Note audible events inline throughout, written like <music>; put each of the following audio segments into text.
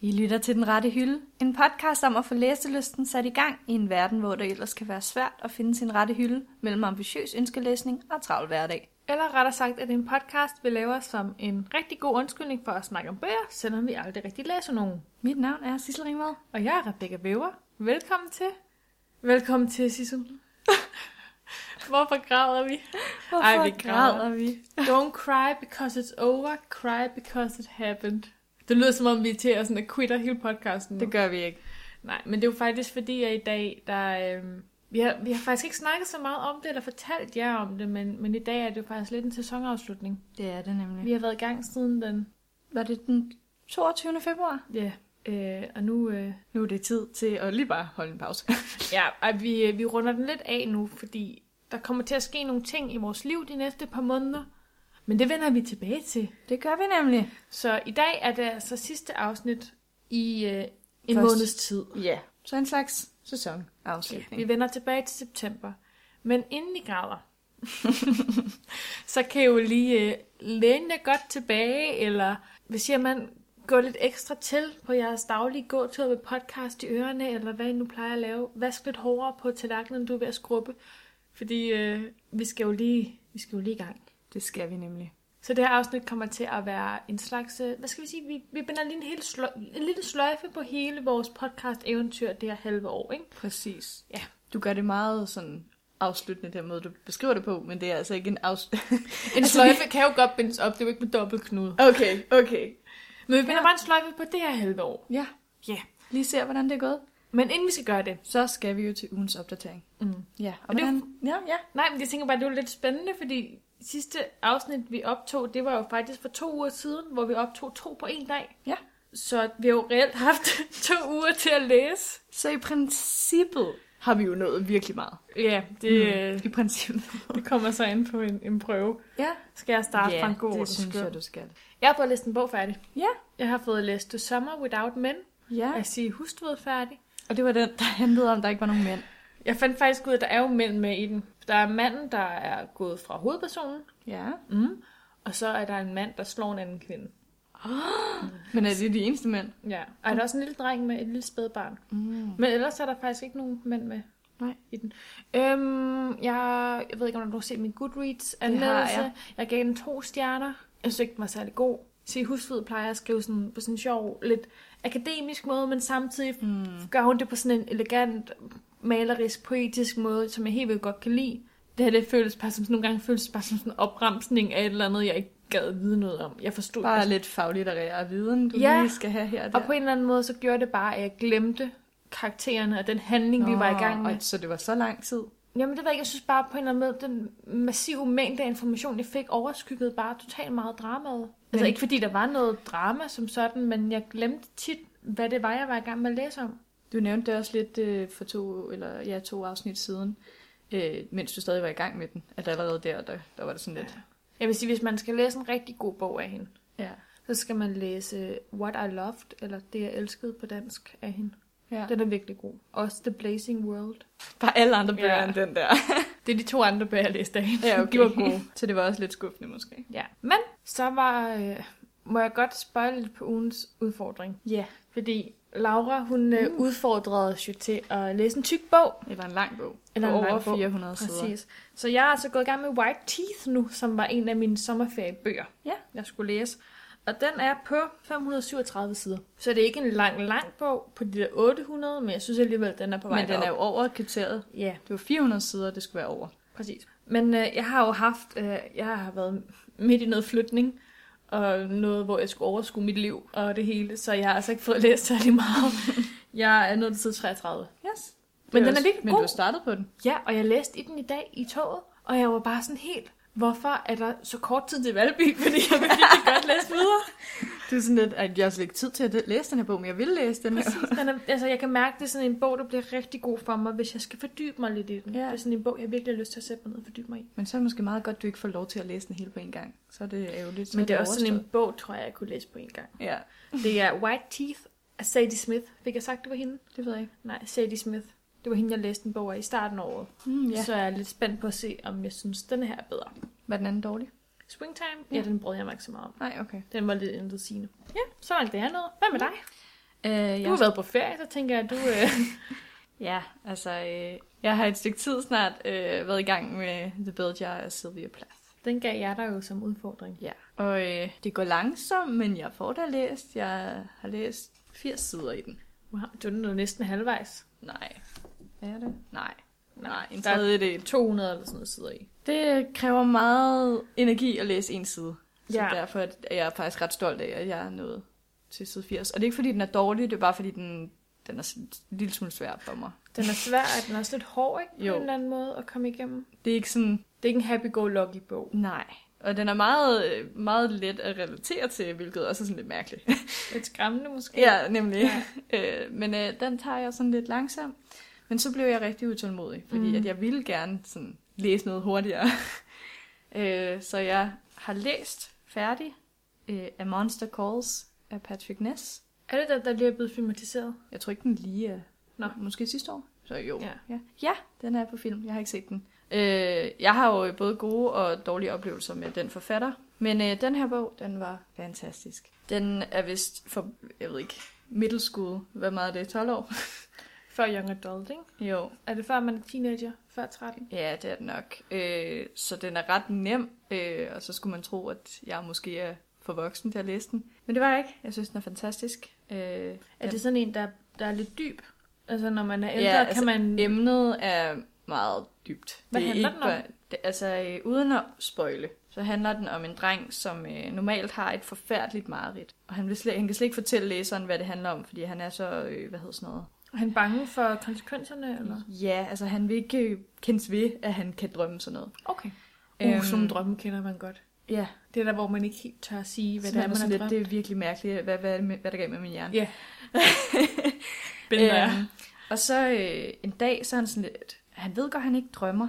lytter til Den Rette Hylde, en podcast om at få læselysten sat i gang i en verden, hvor det ellers kan være svært at finde sin rette hylde mellem ambitiøs ønskelæsning og travl hverdag. Eller rettere sagt, at en podcast vi laver som en rigtig god undskyldning for at snakke om bøger, selvom vi aldrig rigtig læser nogen. Mit navn er Sissel Ringvad. Og jeg er Rebecca Væver. Velkommen til. Velkommen til, Sissel. <laughs> Hvorfor græder vi? Hvorfor Ej, vi græder græder. vi? Don't cry because it's over, cry because it happened. Det lyder som om vi er til at, sådan, at quitter hele podcasten. nu. Det gør vi ikke. Nej, men det er jo faktisk fordi, at i dag, der, øh, vi, har, vi har faktisk ikke snakket så meget om det, eller fortalt jer om det, men, men i dag er det jo faktisk lidt en sæsonafslutning. Det er det nemlig. Vi har været i gang siden den, Var det den 22. februar? ja, øh, og nu, øh, Nu er det tid til at lige bare holde en pause. <laughs> ja, og vi, øh, vi runder den lidt af nu, fordi der kommer til at ske nogle ting i vores liv de næste par måneder, men det vender vi tilbage til. det gør vi nemlig. Så i dag er det altså sidste afsnit i øh, en Først. måneds tid. Ja. Så en slags sæsonafslutning. Vi vender tilbage til september. Men inden I græder, <laughs> så kan I jo lige øh, læne jer godt tilbage, eller hvad siger man, gå lidt ekstra til på jeres daglige gåtur med podcast i ørerne, eller hvad I nu plejer at lave. Vask lidt hårdere på tallerkenen, du er ved at skrubbe, fordi øh, vi, skal jo lige, vi skal jo lige i gang. Det skal vi nemlig. Så det her afsnit kommer til at være en slags, øh, hvad skal vi sige, vi, vi binder lige en, hel sløj, en lille sløjfe på hele vores podcast-eventyr det her halve år, ikke? Præcis. Ja. Du gør det meget sådan afsluttende den måde, du beskriver det på, men det er altså ikke en afs... <laughs> Altså, En sløjfe Altså, kan jo godt bindes op, det er jo ikke med dobbeltknude. okay, okay. Men vi binder bare en sløjfe på det her halve år. Ja, Ja. Yeah. lige ser, hvordan det er gået. Men inden vi skal gøre det. Så skal vi jo til ugens opdatering. Mm. Ja, og Og det er hvordan... Ja, ja. Nej, men jeg tænker bare, det var lidt spændende, fordi sidste afsnit, vi optog, det var jo faktisk for to uger siden, hvor vi optog to på en dag. Ja. Så vi har jo reelt haft <laughs> to uger til at læse. Så i princippet har vi jo nået virkelig meget. Ja, det, mm. I princippet. det kommer så ind på en, en prøve. Ja, Skal jeg starte fra en god det ordens synes skyld? jeg, du skal. Jeg har fået læst en bog færdig. Ja. Jeg har fået læst The Summer Without Men Ja, af Sige Hustved færdig. og det var den, der handlede om, at der ikke var nogen mænd. Jeg fandt faktisk ud af, at der er jo mænd med i den. Der er manden, der er gået fra hovedpersonen, Ja. mm. og så er der en mand, der slår en anden kvinde. Men er det de eneste mænd? Ja. Og er der også en lille dreng med et lille spædbarn. Mm. Men ellers er der faktisk ikke nogen mænd med Nej. i den. Øhm, jeg, jeg ved ikke, om du har set min Goodreads-anmeldelse. jeg. jeg gav den to stjerner. Jeg synes ikke, den var særlig god. Se, Husfed plejer at skrive sådan, på sådan en sjov, lidt akademisk måde, men samtidig Mm. gør hun det på sådan en elegant, malerisk, poetisk måde, som jeg helt vildt godt kan lide. Det her, det føles bare som, nogle gange føles det bare som sådan en opremsning af et eller andet, jeg ikke gad vide noget om. Jeg forstod Bare det. lidt faglitterær viden, du Ja. lige skal have her og der. Og på en eller anden måde, så gjorde det bare, at jeg glemte karaktererne og den handling, vi var i gang med. Og, så det var så lang tid. Jamen det ved jeg ikke, jeg synes bare på en eller anden måde, den massive mængde af information, jeg fik, overskyggede bare totalt meget dramaet. Men... Altså Men- ikke fordi der var noget drama som sådan, men jeg glemte tit, hvad det var, jeg var i gang med at læse om. Du nævnte det også lidt øh, for to, eller, ja, to afsnit siden, øh, mens du stadig var i gang med den, at allerede der, der, der var det sådan lidt... Jeg vil sige, hvis man skal læse en rigtig god bog af hende, Ja. så skal man læse What I Loved, eller Det jeg elskede på dansk af hende. ja. Den er virkelig god. Også The Blazing World. Bare alle andre bøger Ja. end den der. Det er de to andre bøger, jeg læste af hende. <laughs> Ja, De <laughs> okay. var gode. Så det var også lidt skuffende måske. Ja. Men så var, øh, må jeg godt spoil lidt på ugens udfordring. Ja. Fordi Laura, hun mm. udfordrede os jo til at læse en tyk bog. Eller en lang bog. Eller på en lang over bog. 400 sider. Præcis. Så jeg er altså gået i gang med White Teeth nu, som var en af mine sommerferiebøger, Ja. jeg skulle læse. Og den er på 537 sider. Så det er ikke en lang, lang bog på de der 800, men jeg synes alligevel, den er på vej Men den er derop. jo over kriteriet. Ja, Det var 400 sider, det skulle være over. Præcis. Men øh, jeg har jo haft, øh, jeg har været midt i noget flytning, og noget, hvor jeg skulle overskue mit liv og det hele, så jeg har altså ikke fået <laughs> læst særlig meget. jeg er nået til side 33. Yes. Men den er virkelig men god. du startede på den. Ja, og jeg læste i den i dag i toget, og jeg var bare sådan helt, hvorfor er der så kort tid til Valby, <laughs> fordi jeg vil virkelig godt læse videre. Det er sådan lidt, at jeg har slet ikke tid til at læse den her bog, men jeg vil læse den her. Præcis, den er, altså jeg kan mærke, det er sådan en bog, der bliver rigtig god for mig, hvis jeg skal fordybe mig lidt i den. Ja. Ja. Det er sådan en bog, jeg virkelig har lyst til at sætte mig ned og fordybe mig i. Men så er det måske meget godt, at du ikke får lov til at læse den hele på en gang. Så er det ærgerligt. Så Men det er også sådan en overstået. bog, tror jeg, jeg kunne læse på en gang. Ja, Det er White Teeth af Sadie Smith. Fik jeg sagt, det var hende? det ved jeg ikke. Nej, Sadie Smith. Det var hende, jeg læste en bog af i starten af året. Mm, Ja. Så jeg er lidt spændt på at se, om jeg synes, den her er bedre. Var den anden dårlig? Springtime? Ja. Ja, den brød jeg mig ikke så meget om. Nej, okay. Den var lidt intetsigende. Ja, så var alt det andet. Hvad med dig? Øh, Du har været på ferie, så tænker jeg, at du... Øh... <laughs> Ja, altså, øh, jeg har et stykke tid snart øh, været i gang med The Bell Jar af Sylvia Plath. Den gav jeg dig jo som udfordring. Ja, og øh, det går langsomt, men jeg får da læst. Jeg har læst 80 sider i den. Wow, du er nået næsten halvvejs. Nej. Er det? Nej. Nej, en der er tredjedel. 200 eller sådan noget sidder i. Det kræver meget energi at læse en side. Så Ja. ja. derfor er jeg faktisk ret stolt af, at jeg er nået til side 80. Og det er ikke, fordi den er dårlig, det er bare, fordi den, den er sådan en lille smule svær for mig. Den er svær, og den er også lidt hård, ikke? På Jo. en eller anden måde at komme igennem. Det er ikke sådan, Det er ikke en happy-go-lucky bog. Nej. Og den er meget, øh, meget let at relatere til, hvilket også er sådan lidt mærkeligt. Lidt skræmmende måske. <laughs> ja, nemlig. Ja. <laughs> Øh, men øh, den tager jeg sådan lidt langsomt. Men så blev jeg rigtig utålmodig, fordi Mm. mm. at jeg ville gerne sådan, læse noget hurtigere. <laughs> øh, så jeg har læst færdig øh, A Monster Calls af Patrick Ness. Er det den, der lige er blevet filmatiseret? Jeg tror ikke, den lige er... Nå. Måske sidste år? Så jo. Ja. Ja, ja den er på film. Jeg har ikke set den. Øh, jeg har jo både gode og dårlige oplevelser med den forfatter. Men øh, den her bog, den var fantastisk. Den er vist for, jeg ved ikke, middle school. Hvad meget er det? 12 år? <laughs> Før Young Adult, ikke? jo. Er det før, man er teenager? Før 13? Ja, det er den nok. Øh, så den er ret nem, øh, og så skulle man tro, at jeg måske er for voksen til at læse den. Men det var jeg ikke. Jeg synes, den er fantastisk. Øh, er Er det sådan en, der, der er lidt dyb? Altså, når man er ældre, ja, altså, altså, kan man... Emnet er meget dybt. Hvad det er handler ikke den om? bare- Det, altså, øh, uden at spoile, så handler den om en dreng, som øh, normalt har et forfærdeligt mareridt. Og han, vil slet, han kan slet ikke fortælle læseren, hvad det handler om, fordi han er så, øh, hvad hedder sådan noget? Er han bange for konsekvenserne, eller? Ja, altså han vil ikke øh, kendes ved, at han kan drømme sådan noget. Okay. Uh, øhm, sådan nogle drømme kender man godt. Ja, Det er der, hvor man ikke helt tør at sige, hvad hvad det er, man har lidt, drømt. det er virkelig mærkeligt, hvad, hvad, er det med- hvad der gav med min hjerne. <laughs> Ja. Billeder er. Øhm, og så øh, en dag, så er han sådan lidt, han ved godt, han ikke drømmer,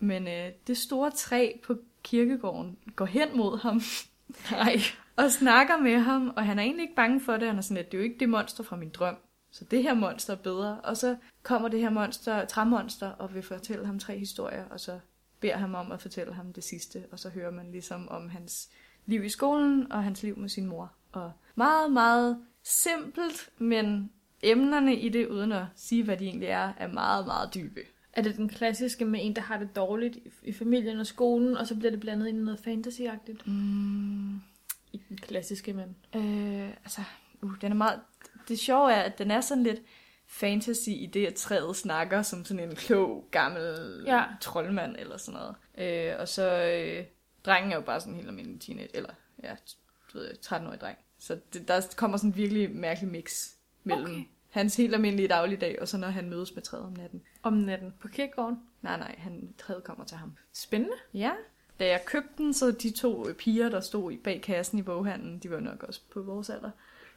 men øh, det store træ på kirkegården går hen mod ham <laughs> Nej. og snakker med ham, og han er egentlig ikke bange for det, han er sådan lidt, det er jo ikke det monster fra min drøm, så det her monster er bedre. Og så kommer det her monster, træmonster, og vil fortælle ham tre historier, og så beder ham om at fortælle ham det sidste, og så hører man ligesom om hans liv i skolen, og hans liv med sin mor. Og meget, meget simpelt, men emnerne i det, uden at sige, hvad de egentlig er, er meget, meget dybe. Er det den klassiske med en, der har det dårligt i, i familien og skolen, og så bliver det blandet ind i noget fantasyagtigt? Mm, I den klassiske, men... Øh, altså, uh, den er meget... Det sjove er, at den er sådan lidt fantasy i det, at træet snakker som sådan en klog, gammel Ja. ja. troldmand eller sådan noget. Øh, og så... Øh, drengen er jo bare sådan en helt almindelig teenage, eller ja, t- ved jeg, 13-årig dreng. Så det, der kommer sådan en virkelig mærkelig mix mellem Okay. okay. hans helt almindelige dagligdag, og så når han mødes med træet om natten. Om natten på kirkegården. Nej, nej, han, træet kommer til ham. Spændende. Ja. Da jeg købte den, så de to øh, piger, der stod i bag kassen i boghandlen, de var nok også på vores alder,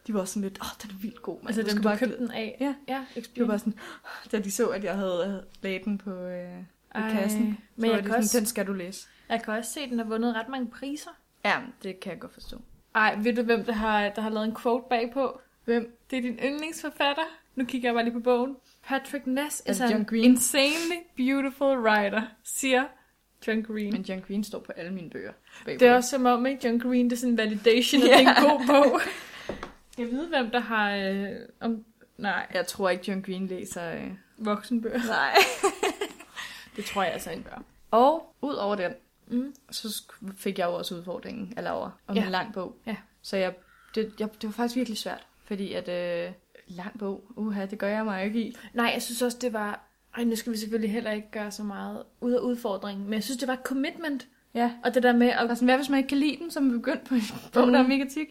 de var sådan lidt, åh, oh, den er vildt god, man. Altså dem, du købte den af. Ja. Ja, De var Expedia. bare sådan, "Åh," da de så, at jeg havde øh, lagt den på, øh, på kassen, så Men var jeg kan, de sådan, også, den skal du læse. jeg kan også se, at den har vundet ret mange priser. Ja, det kan jeg godt forstå. Ej, ved du, hvem der har, der har lavet en quote bagpå? Hvem? Det er din yndlingsforfatter. Nu kigger jeg bare lige på bogen. Patrick Ness Er is det an John Green? insanely beautiful writer, siger John Green. Men John Green står på alle mine bøger. bagpå. Det er også som om, ikke? John Green, det er sådan en validation, at Ja. det er en god bog. <laughs> Jeg ved, hvem der har... Øh, om, nej, Jeg tror ikke, John Green læser... Øh... voksenbøger. <laughs> Nej. Det tror jeg altså ikke gør. Og ud over den, Mm. så sk- fik jeg jo også udfordringen af Laura om Ja. ja. en lang bog. Ja. Så jeg, det, jeg, det var faktisk virkelig svært, fordi at øh, lang bog, uha, det gør jeg mig jo ikke i. Nej, jeg synes også, det var... Ej, nu skal vi selvfølgelig heller ikke gøre så meget ud af udfordringen, men jeg synes, det var et commitment. Ja. Og det der med Og at... sådan, hvad hvis man ikke kan lide den, som begyndt på en <laughs> bog, der er mega tyk?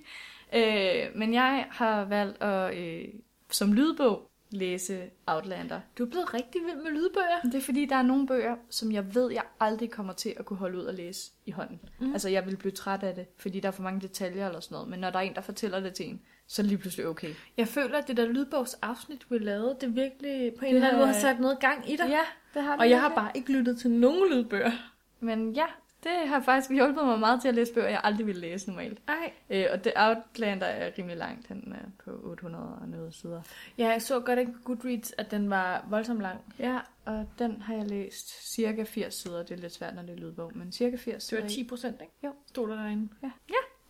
Øh, men jeg har valgt at øh, som lydbog læse Outlander. Du er blevet rigtig vild med lydbøger. Det er fordi, der er nogle bøger, som jeg ved, jeg aldrig kommer til at kunne holde ud at læse i hånden. Mm. Mm. Altså, jeg vil blive træt af det, fordi der er for mange detaljer eller sådan noget. Men når der er en, der fortæller det til en, så er det lige pludselig okay. Jeg føler, at det der lydbogsafsnit, vi lavede, det virkelig på en Det eller anden måde har- har sat noget gang i dig. Ja, det har Og jeg har bare ikke lyttet til nogen lydbøger. Men ja, det har faktisk hjulpet mig meget til at læse bøger, jeg aldrig ville læse normalt. Nej. Øh, og The Outlander er rimelig langt, han er på 800 og noget sider. Ja, jeg så godt ikke på Goodreads, at den var voldsomt lang. Ja, og den har jeg læst cirka 80 sider. Det er lidt svært, når det er lydbog, men cirka 80 Det var sider i. 10 procent, ikke? Jo. <laughs> Stod der derinde. Ja,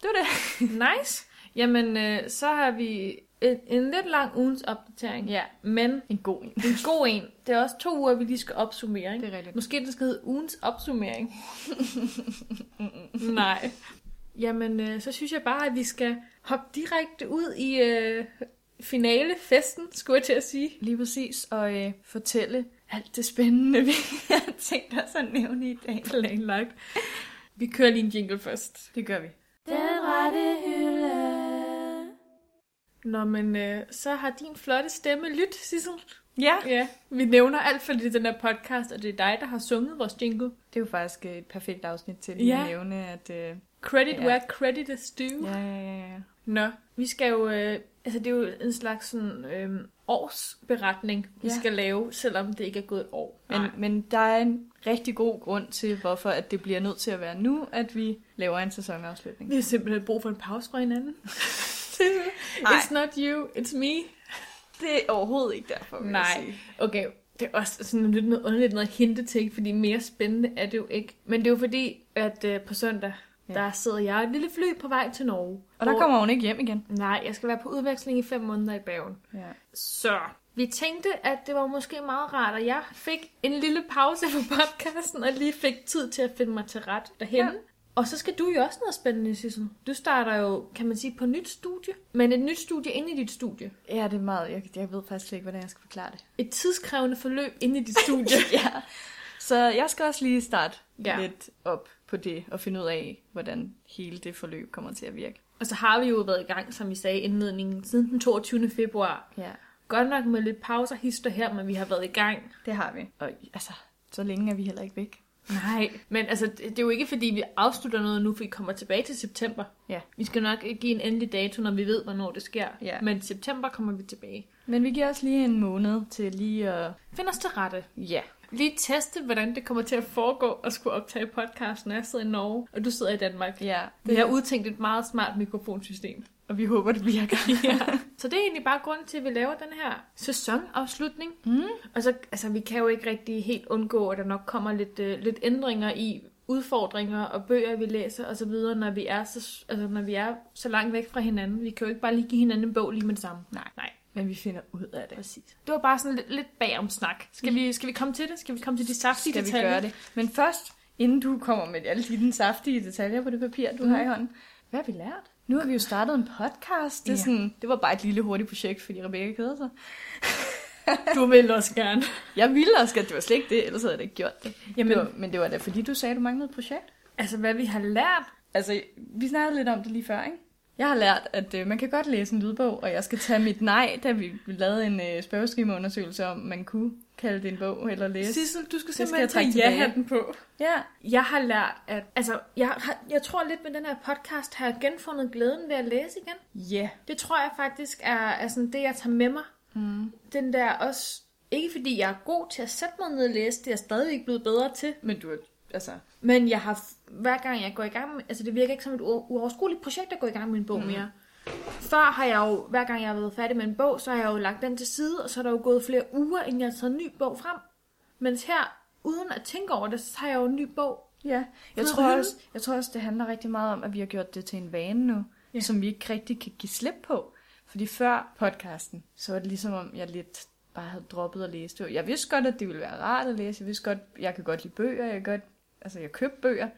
det var det. nice. Jamen, øh, så har vi en, en lidt lang ugens opdatering. Ja, Men en god en. en god en. Det er også to uger, vi lige skal opsummere, ikke? Det er rigtigt. Måske det skal hedde ugens <laughs> opsummering. Nej. Jamen, øh, så synes jeg bare, at vi skal hoppe direkte ud i øh, finalefesten, skulle jeg til at <laughs> sige. Lige præcis, og øh, fortælle alt det spændende, vi har tænkt os at nævne i dag. Planlagt. Vi kører lige en jingle først. Det gør vi. Den rette hylde. Nå, men øh, så har din flotte stemme lyt, Sissel. Ja. Ja, vi nævner alt for lidt i den her podcast, og det er dig, der har sunget vores jingle. Det er jo faktisk øh, et perfekt afsnit til lige Ja. at nævne, at... Øh, Credit Ja. where credit is due. ja, ja, ja, ja. Nå, vi skal jo, øh, altså det er jo en slags sådan, øh, årsberetning, vi Ja. skal lave, selvom det ikke er gået et år. Men, Men, men der er en rigtig god grund til, hvorfor at det bliver nødt til at være nu, at vi laver en sæsonafslutning. vi har simpelthen brug for en pause fra hinanden. <laughs> Nej. it's not you, it's me. Det er overhovedet ikke derfor, vil Nej. jeg sige. Okay, det er også sådan lidt noget underligt noget at hente til, ikke? fordi mere spændende er det jo ikke. Men det er jo fordi, at øh, på søndag, Ja. ja. der sidder jeg i et lille fly på vej til Norge. Og der hvor- kommer hun ikke hjem igen. Nej, jeg skal være på udveksling i fem måneder i Bergen. Ja. Så vi tænkte, at det var måske meget rart, at jeg fik en lille pause på podcasten, og lige fik tid til at finde mig til ret derhen. Ja. Ja. Og så skal du jo også noget spændende, Sissel. Du starter jo, kan man sige, på nyt studie, men et nyt studie inde i dit studie. ja, det er meget... Jeg, jeg ved faktisk slet ikke, hvordan jeg skal forklare <laughs> det. Et tidskrævende forløb inde i dit <laughs> studie. ja. Så jeg skal også lige starte ja. Ja. lidt op på det, og finde ud af, hvordan hele det forløb kommer til at virke. og så har vi jo været i gang, som vi sagde i indledningen, siden den 22. februar. Ja, Godt nok med lidt pauser, hister her, men vi har været i gang. det har vi. Og altså, så længe er vi heller ikke væk. Nej, men altså, det, det er jo ikke fordi, vi afslutter noget nu, for vi kommer tilbage til september. Ja. Vi skal nok give en endelig dato, når vi ved, hvornår det sker. Ja. Men i september kommer vi tilbage. Men vi giver os lige en måned til lige at... Find os til rette. Ja, Lige teste, hvordan det kommer til at foregå at skulle optage podcasten, når jeg sidder i Norge, og du sidder i Danmark. ja. Vi har udtænkt et meget smart mikrofonsystem. og vi håber, det virker. <laughs> Så det er egentlig bare grunden til, at vi laver den her sæsonafslutning. Mm. Og så, altså, vi kan jo ikke rigtig helt undgå, at der nok kommer lidt, øh, lidt ændringer i udfordringer og bøger, vi læser og så videre, når vi, er så, altså, når vi er så langt væk fra hinanden. Vi kan jo ikke bare lige give hinanden en bog lige med det samme. Nej. Nej, Men vi finder ud af det. præcis. Det var bare sådan lidt, lidt bagom snak. Skal vi, skal vi komme til det? Skal vi komme til de saftige Skal vi detaljer? gøre det? Men først, inden du kommer med alle dine saftige detaljer på det papir, du mm. har i hånden. Hvad har vi lært? Nu har vi jo startet en podcast. Det, er Ja. sådan, det var bare et lille hurtigt projekt, fordi Rebecca keder sig. Du vil også gerne. Jeg ville også, at det var slet ikke det, ellers havde jeg da ikke gjort det. Jamen, det var, men det var da fordi, du sagde, at du manglede et projekt. altså hvad vi har lært. Altså, vi snakkede lidt om det lige før, ikke? Jeg har lært, at øh, man kan godt læse en lydbog, og jeg skal tage mit nej, da vi lavede en øh, spørgeskemaundersøgelse om, man kunne kalde det en bog eller læse. Sissel, du skal skal simpelthen jeg trække tage tilbage. ja-hatten på. Ja, Jeg har lært, at... Altså, jeg, har, jeg tror lidt med den her podcast, har jeg genfundet glæden ved at læse igen. ja, Det tror jeg faktisk er, er sådan det, jeg tager med mig. Mm. Den der også... Ikke fordi jeg er god til at sætte mig ned og læse, det er jeg stadig ikke blevet bedre til. men du er, altså, Men jeg har, f- hver gang jeg går i gang med, altså det virker ikke som et u- uoverskueligt projekt at gå i gang med en bog mm. mere. Før har jeg jo, hver gang jeg har været færdig med en bog, så har jeg jo lagt den til side, og så er der jo gået flere uger, inden jeg har taget en ny bog frem. Mens her, uden at tænke over det, så har jeg jo en ny bog Ja, jeg Fed tror, hylde. også, jeg tror også, det handler rigtig meget om, at vi har gjort det til en vane nu, ja. Ja. som vi ikke rigtig kan give slip på. Fordi før podcasten, så var det ligesom om, jeg lidt bare havde droppet at læse. Det var- Jeg vidste godt, at det ville være rart at læse. Jeg vidste godt, jeg kan godt lide bøger. Jeg, kan godt, altså, jeg købte bøger.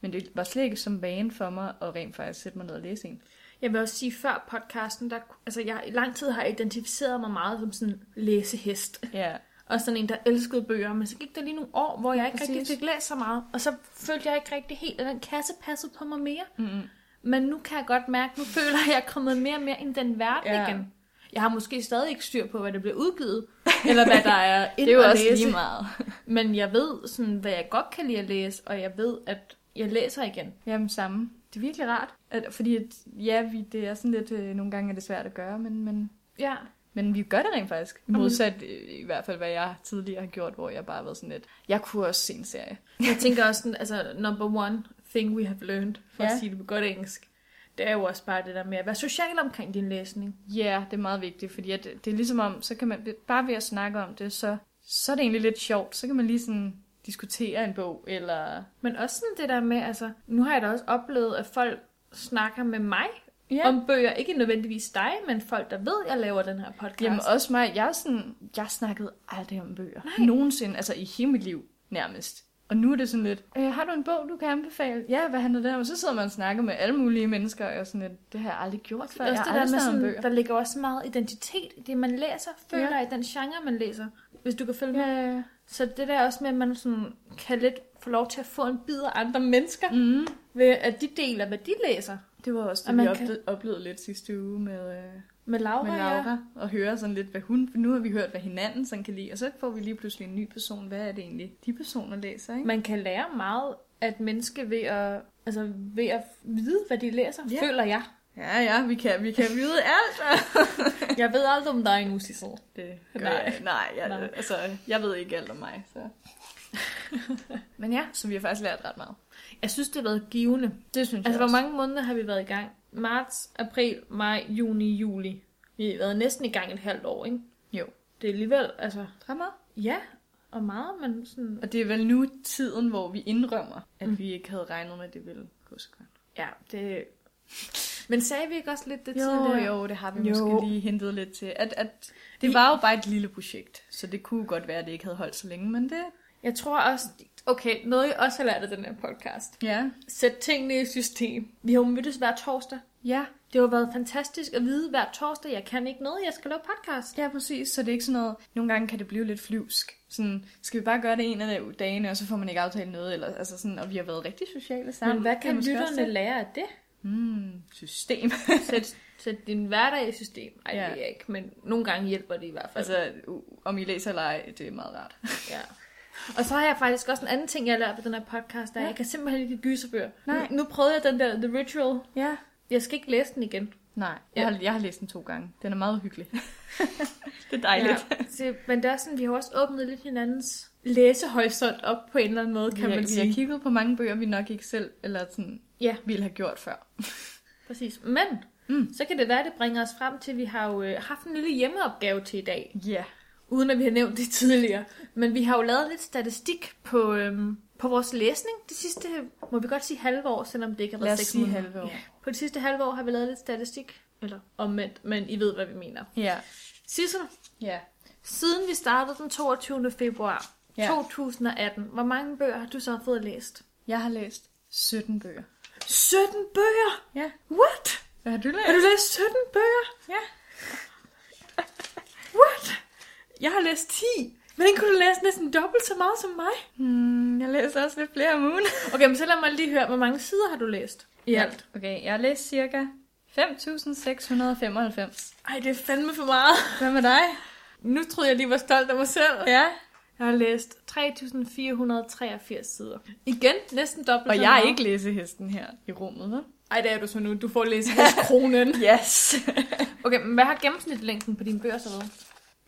Men det var slet ikke som vane for mig at rent faktisk sætte mig ned og læse en. Jeg vil også sige, før podcasten, der, altså jeg i lang tid har identificeret mig meget som sådan en læsehest. Ja, Og sådan en, der elskede bøger, men så gik der lige nogle år, hvor jeg ikke præcis. rigtig fik læst så meget. Og så følte jeg ikke rigtig helt, at den kasse passede på mig mere. Mm-hmm. Men nu kan jeg godt mærke, nu føler jeg, at jeg er kommet mere og mere ind i den verden Ja. ja. igen. Jeg har måske stadig ikke styr på, hvad der bliver udgivet, <laughs> eller hvad der er ind det er jo at også læse. lige meget. Men jeg ved, sådan, hvad jeg godt kan lide at læse, og jeg ved, at jeg læser igen. <laughs> Jamen samme. Det er virkelig rart. At, fordi at, ja, vi, det er sådan lidt, øh, nogle gange er det svært at gøre, men, men Ja. Men vi gør det rent faktisk. Modsat øh, i hvert fald, hvad jeg tidligere har gjort, hvor jeg bare har været sådan lidt, jeg kunne også se en serie. Jeg tænker også sådan, altså number one thing we have learned, for ja. Ja. at sige det på godt engelsk, det er jo også bare det der med at være social omkring din læsning. Ja, yeah, det er meget vigtigt, fordi at, det er ligesom om, så kan man, bare ved at snakke om det, så, så er det egentlig lidt sjovt. Så kan man lige sådan diskutere en bog, eller... Men også sådan det der med, altså, nu har jeg da også oplevet, at folk snakker med mig Ja. ja. om bøger. Ikke nødvendigvis dig, men folk, der ved, at jeg laver den her podcast. Jamen også mig, jeg, er sådan, jeg snakkede aldrig om bøger. Nej. Nogensinde, altså i hele mit liv nærmest. Og nu er det sådan lidt, øh, har du en bog, du kan anbefale? Ja, hvad handler det om? Og så sidder man og snakker med alle mulige mennesker, og jeg er sådan lidt, det har jeg aldrig gjort Også før. Jeg det har der, aldrig med snakket om sådan, bøger. der ligger også meget identitet i det, man læser, føler Ja. ja. i den genre, man læser, hvis du kan følge ja. med. Ja, ja, ja. Så det der også med, at man sådan kan lidt få lov til at få en bid af andre mennesker, mm. Mm. ved at de deler, hvad de læser. Det var også Og det, vi man kan- oplevede, oplevede lidt sidste uge med, øh, Med Laura, med Ja. Laura. Og høre sådan lidt, hvad hun... Nu har vi hørt, hvad hinanden sådan kan lide. Og så får vi lige pludselig en ny person. Hvad er det egentlig, de personer læser, ikke? Man kan lære meget af et menneske ved at, altså ved at vide, hvad de læser, Ja. ja. føler jeg. Ja, ja, vi kan, vi kan vide <laughs> alt. Jeg ved aldrig, om der er en usissel. Det gør Nej. jeg. Nej, jeg, Nej. altså, jeg ved ikke alt om mig. Så. Men ja, så vi har faktisk lært ret meget. Jeg synes, det har været givende. Det synes Altså, jeg hvor mange måneder har vi været i gang? Marts, april, maj, juni, juli. Vi har været næsten i gang et halvt år, ikke? Jo. Det er alligevel, altså... også. Mange... Ja, og meget, men sådan... Og det er vel nu tiden, hvor vi indrømmer, at mm. vi ikke havde regnet med, at det ville gå så godt. Ja, det... Men sagde vi ikke også lidt det Jo, tidligere? jo, det har vi Jo. måske lige hentet lidt til. At, at det Vi- var jo bare et lille projekt, så det kunne godt være, at det ikke havde holdt så længe, men det... Jeg tror også... Okay, noget I også har lært af den her podcast. Ja. Sæt tingene i system. Vi har jo mødtes hver torsdag. Ja, Det har jo været fantastisk at vide hver torsdag, jeg kan ikke noget, jeg skal lave podcast. Ja, præcis. Så det er ikke sådan noget... Nogle gange kan det blive lidt flyvsk. Sådan, skal vi bare gøre det en af de dagene, og så får man ikke aftalt noget? Eller, altså sådan, og vi har været rigtig sociale sammen. Men hvad Det er kan måske også lytterne det. lære af det? Hmm, system. <laughs> Sæt, sæt din hverdag i system. Ej, Ja. ja. det er jeg ikke, men nogle gange hjælper det i hvert fald. altså, u- om I læser eller ej, det er meget rart. Ja. Og så har jeg faktisk også en anden ting, jeg har lært på den her podcast, der ja. Ja. jeg kan simpelthen ikke lide gyserbøger. Nej. Nu, nu prøvede jeg den der The Ritual. Ja. Jeg skal ikke læse den igen. Nej, jeg, har, jeg har læst den to gange. Den er meget hyggelig. <laughs> det er dejligt. Ja. <laughs> Så, men det er sådan, vi har også åbnet lidt hinandens læsehorisont op på en eller anden måde, Ja, kan man Vi har sige. kigget på mange bøger, vi nok ikke selv eller sådan, Ja. ville have gjort før. Præcis. Men Mm. mm. så kan det være, at det bringer os frem til, at vi har jo øh, haft en lille hjemmeopgave til i dag. Ja. Uden at vi har nævnt det tidligere. Men vi har jo lavet lidt statistik på, øhm, på vores læsning det sidste, må vi godt sige halve år, selvom det ikke har Lad været os seks sige måneder. halve år. På det sidste halve år har vi lavet lidt statistik. Eller omvendt, men I ved, hvad vi mener. Ja. Sissel, Ja. siden vi startede den 22. februar Ja. ja. 2018, hvor mange bøger har du så fået læst? Jeg har læst 17 bøger. 17 bøger! Ja. What? Hvad har du læst? Har du læst 17 bøger? Ja. What? Jeg har læst 10. Hvordan kunne du læse næsten dobbelt så meget som mig? Hmm, jeg læser også lidt flere om ugen. Okay, men så lad mig lige høre, hvor mange sider har du læst i Ja. alt? Okay, jeg har læst cirka 5.695. Ej, det er fandme for meget. <laughs> Hvad med dig? Nu troede jeg lige var stolt af mig selv. Ja. Jeg har læst 3.483 sider. Igen, næsten dobbelt Og så jeg er meget. ikke læsehesten her i rummet, hva'? Ej, det er du så nu. Du får læst kronen. Yes! <laughs> <laughs> okay, men hvad har gennemsnitlængden på dine bøger så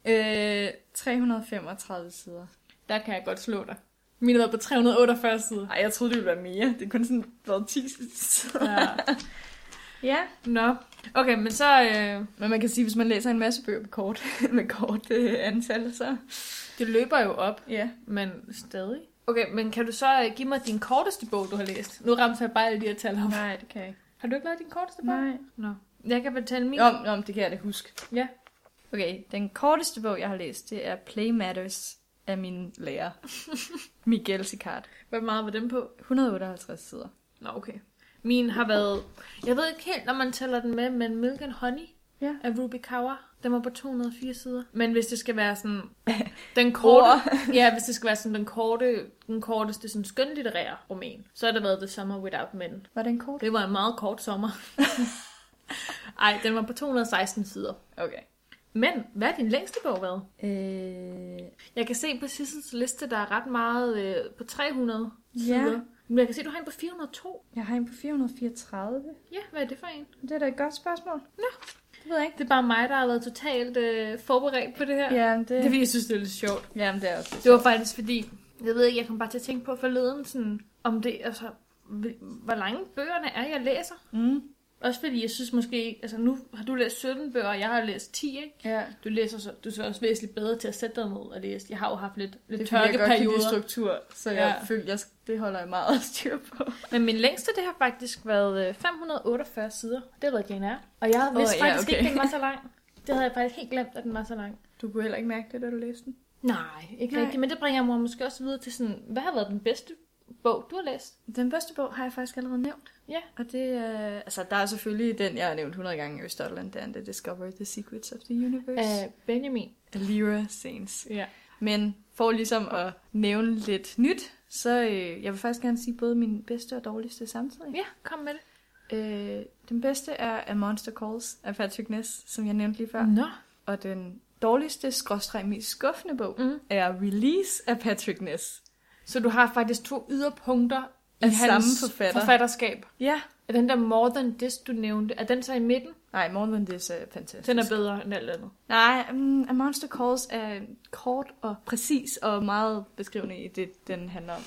været? øh, 335 sider. Der kan jeg godt slå dig. Min har været på 348 sider. Nej, jeg troede, det ville være mere. Det er kun sådan været 10 sider. <laughs> Ja. Ja. Nå. Okay, men så... Øh, Men man kan sige, hvis man læser en masse bøger på kort, <laughs> med kort øh, antal, så... det løber jo op, Ja. men stadig. Okay, men kan du så øh, give mig din korteste bog, du har læst? Nu ramte jeg bare alle de her tal op. Nej, det kan jeg ikke. Har du ikke lavet din korteste bog? Nå. Jeg kan fortælle min. Om, om, det kan jeg da huske. Ja. Okay, den korteste bog, jeg har læst, det er Play Matters af min <laughs> lærer, Miguel Sicard. Hvor meget var den på? 158 sider. Nå, okay. Min har været... Jeg ved ikke helt, når man tæller den med, men Milk and Honey Ja. af Ruby Kaur. Den var på 204 sider. Men hvis det skal være sådan den korte, <laughs> ja, hvis det skal være sådan den korte, den korteste sådan skønlitterære roman, så har det været The Summer Without Men. <laughs> Var den kort? Det var en meget kort sommer. Ej, den var på 216 sider. Okay. Men hvad er din længste bog været? Øh, Jeg kan se på Sissels liste, der er ret meget øh, på 300 Ja. sider. Men jeg kan se, du har en på 402. jeg har en på 434. Ja, hvad er det for en? Det er da et godt spørgsmål. Nå. det ved jeg ikke. Det er bare mig, der har været totalt øh, forberedt på det her. Ja, det, Det er fordi, jeg synes, det er lidt sjovt. Jamen, det er også lidt Det var faktisk fordi, jeg ved ikke, jeg kom bare til at tænke på forleden, sådan, om det, altså, hvi- hvor lange bøgerne er, jeg læser. sjovt. Mm. Også fordi jeg synes måske, altså nu har du læst 17 bøger, og jeg har læst 10, ikke? Ja. Du læser så, du er så også væsentligt bedre til at sætte dig ned og læse. Jeg har jo haft lidt, Det er lidt fordi, jeg godt kan lide tørkeperioder. struktur, så Ja. jeg føler, jeg, det holder jeg meget <laughs> styr på. Men min længste, det har faktisk været øh, 548 sider. Det ved jeg ikke, er. Og jeg havde Åh, vidste ja, faktisk okay. ikke, den var så <laughs> lang. Det havde jeg faktisk helt glemt, at den var så lang. Du kunne heller ikke mærke det, da du læste den. Nej, ikke Nej. rigtigt. Men det bringer mig måske også videre til sådan, hvad har været den bedste bog, du har læst? Den første bog har jeg faktisk allerede nævnt. Ja. Og det er... altså, der er selvfølgelig den, jeg har nævnt 100 gange, Aristotle and the Discovery the Secrets of the Universe. Af Benjamin. Uh, Lyra Saints. Ja. Men for ligesom at nævne lidt nyt, så øh, jeg vil faktisk gerne sige både min bedste og dårligste samtidig. Ja, kom med det. Øh, den bedste er A Monster Calls af Patrick Ness, som jeg nævnte lige før. Nå. Og den dårligste, skråstreg mest skuffende bog, Mm. er Release af Patrick Ness. Så du har faktisk to yderpunkter i Af hans samme forfatter. forfatterskab. Ja. Er den der More Than This, du nævnte, er den så i midten? Nej, More Than This er fantastisk. Den er bedre end alt andet. Nej, um, A Monster Calls er kort og præcis og meget beskrivende i det, den handler om.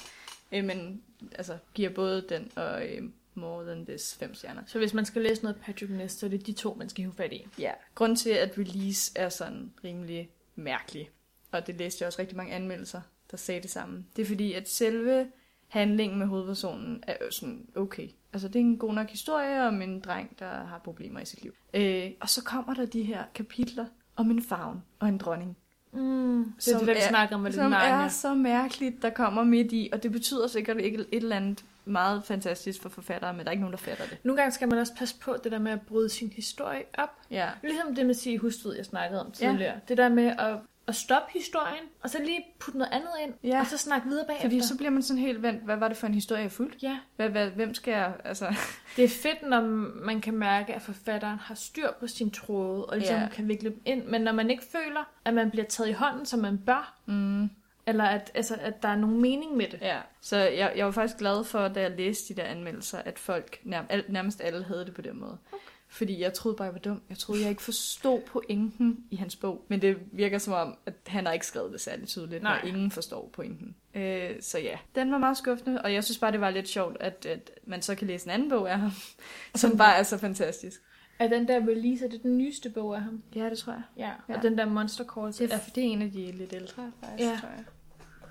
Øh, men altså, giver både den og øh, More Than This fem stjerner. Så hvis man skal læse noget Patrick Ness, så er det de to, man skal hive fat i. Ja, grund til, at release er sådan rimelig mærkelig, og det læste jeg også rigtig mange anmeldelser, der sagde det samme. Det er fordi, at selve handlingen med hovedpersonen er jo sådan okay. Altså, det er en god nok historie om en dreng, der har problemer i sit liv. Øh, og så kommer der de her kapitler om en favn og en dronning. Mm, det er Som det, der vi er- snakker om med den Som er mange. så mærkeligt, der kommer midt i, og det betyder sikkert ikke et eller andet meget fantastisk for forfattere, men der er ikke nogen, der fatter det. Nogle gange skal man også passe på det der med at bryde sin historie op. Ja, Ligesom det med sige hustved, jeg snakkede om tidligere. Ja. Det der med at, at stoppe historien, og så lige putte noget andet ind, Ja. og så snakke videre bagefter. fordi så bliver man sådan helt vendt, hvad var det for en historie, jeg fulgte? Ja, Hvad, hvad, hvem skal jeg, altså... det er fedt, når man kan mærke, at forfatteren har styr på sin tråde, og ligesom Ja. ja. kan vikle dem ind. Men når man ikke føler, at man bliver taget i hånden, som man bør, Mm. eller at, altså, at der er nogen mening med det. Ja. Så jeg, jeg var faktisk glad for, da jeg læste de der anmeldelser, at folk, nærm, al, nærmest alle havde det på den måde. Okay. Fordi jeg troede bare, jeg var dum. Jeg troede, jeg ikke forstod pointen i hans bog. Men det virker som om, at han har ikke skrevet det særlig tydeligt, Nej. Nej. når ingen forstår pointen. Øh, så ja, den var meget skuffende, og jeg synes bare, det var lidt sjovt, at, at man så kan læse en anden bog af ham, <laughs> som bare er så fantastisk. Er den der release, er det den nyeste bog af ham? Ja, det tror jeg. Ja. Ja. Og den der Monster Calls. Det er, det er en af de lidt ældre, faktisk, Ja. tror jeg.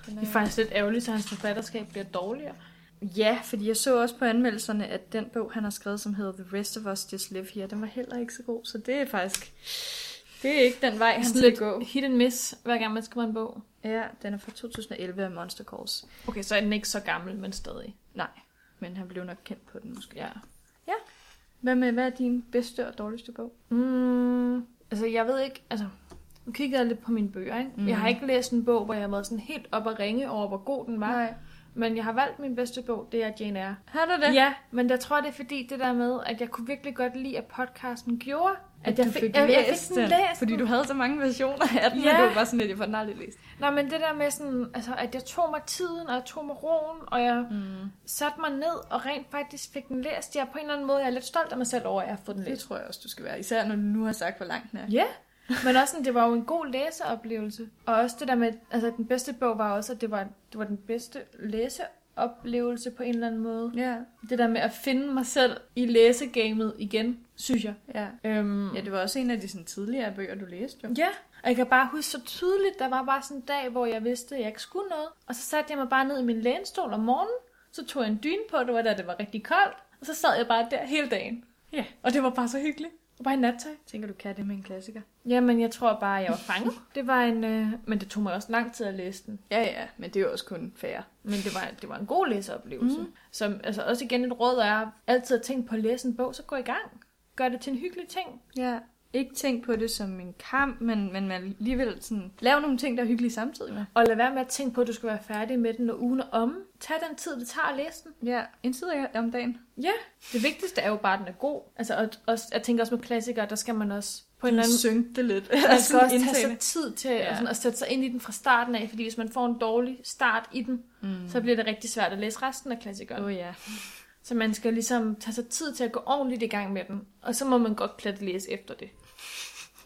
Den Det er faktisk lidt ærgerligt, at hans forfatterskab bliver dårligere. Ja, fordi jeg så også på anmeldelserne, at den bog, han har skrevet, som hedder The Rest of Us Just Live Here, den var heller ikke så god. Så det er faktisk... Det er ikke den vej, han Sådan skal gå. Hit and miss, hver gang man skriver en bog. Ja, den er fra 2011 af Monster Calls. Okay, så er den ikke så gammel, men stadig. Nej, men han blev nok kendt på den måske. Ja. Hvad, med, hvad er din bedste og dårligste bog? Mm, altså, jeg ved ikke, altså... Nu kigger jeg lidt på mine bøger, ikke? Mm. Mhm. Jeg har ikke læst en bog, hvor jeg har været sådan helt op og ringe over, hvor god den var. Nej. Men jeg har valgt min bedste bog, det er Jane Eyre. Har du det? Ja, men jeg tror, det er fordi det der med, at jeg kunne virkelig godt lide, at podcasten gjorde, at, jeg, du fik, jeg, jeg fik den læst. Fordi du havde så mange versioner af den, Ja. ja. og det var bare sådan lidt, jeg får den aldrig læst. Nej, men det der med sådan, altså, at jeg tog mig tiden, og jeg tog mig roen, og jeg Mm, satte mig ned og rent faktisk fik den læst. Jeg er på en eller anden måde, jeg er lidt stolt af mig selv over, at jeg har fået den det læst. tror jeg også, du skal være. Især når du nu har sagt, hvor lang den er. Ja, men også sådan, det var jo en god læseoplevelse. Og også det der med, altså den bedste bog var også, at det var, det var den bedste læseoplevelse på en eller anden måde. Ja. Det der med at finde mig selv i læsegamet igen, synes jeg. ja. Øhm, Ja, det var også en af de sådan, tidligere bøger, du læste, jo. Ja, og jeg kan bare huske så tydeligt, der var bare sådan en dag, hvor jeg vidste, at jeg ikke skulle noget. Og så satte jeg mig bare ned i min lænestol om morgenen, så tog jeg en dyne på, det var da det var rigtig koldt, og så sad jeg bare der hele dagen. Ja. Og det var bare så hyggeligt. Og bare i nattøj. Tænker du, kan det med en klassiker? Jamen, jeg tror bare, jeg var fanget. det var en, øh, men det tog mig også lang tid at læse den. Ja, ja, men det er jo også kun færre. Men det var, det var en god læseoplevelse. Mhm. Mm. Som altså også igen et råd er, altid at tænke på at læse en bog, så gå i gang. Gør det til en hyggelig ting. Ja. Ikke tænk på det som en kamp, men, men man alligevel sådan, lav nogle ting, der er hyggelige samtidig med. Og lad være med at tænke på, at du skal være færdig med den, når ugen er omme. Tag den tid, det tager at læse den. Ja, en tid om dagen. Ja, det vigtigste er jo bare, at den er god. Altså, og, og, jeg tænker også med klassikere, der skal man også på en eller anden synk det <laughs> lidt. <laughs> Altså man skal Sådan også tage sig indtale. tid til Ja. ja. sådan, at sætte sig ind i den fra starten af, fordi hvis man får en dårlig start i den, mm. så bliver det rigtig svært at læse resten af klassikeren. Åh oh, ja. Så man skal ligesom tage sig tid til at gå ordentligt i gang med den, og så må man godt platte læse efter det.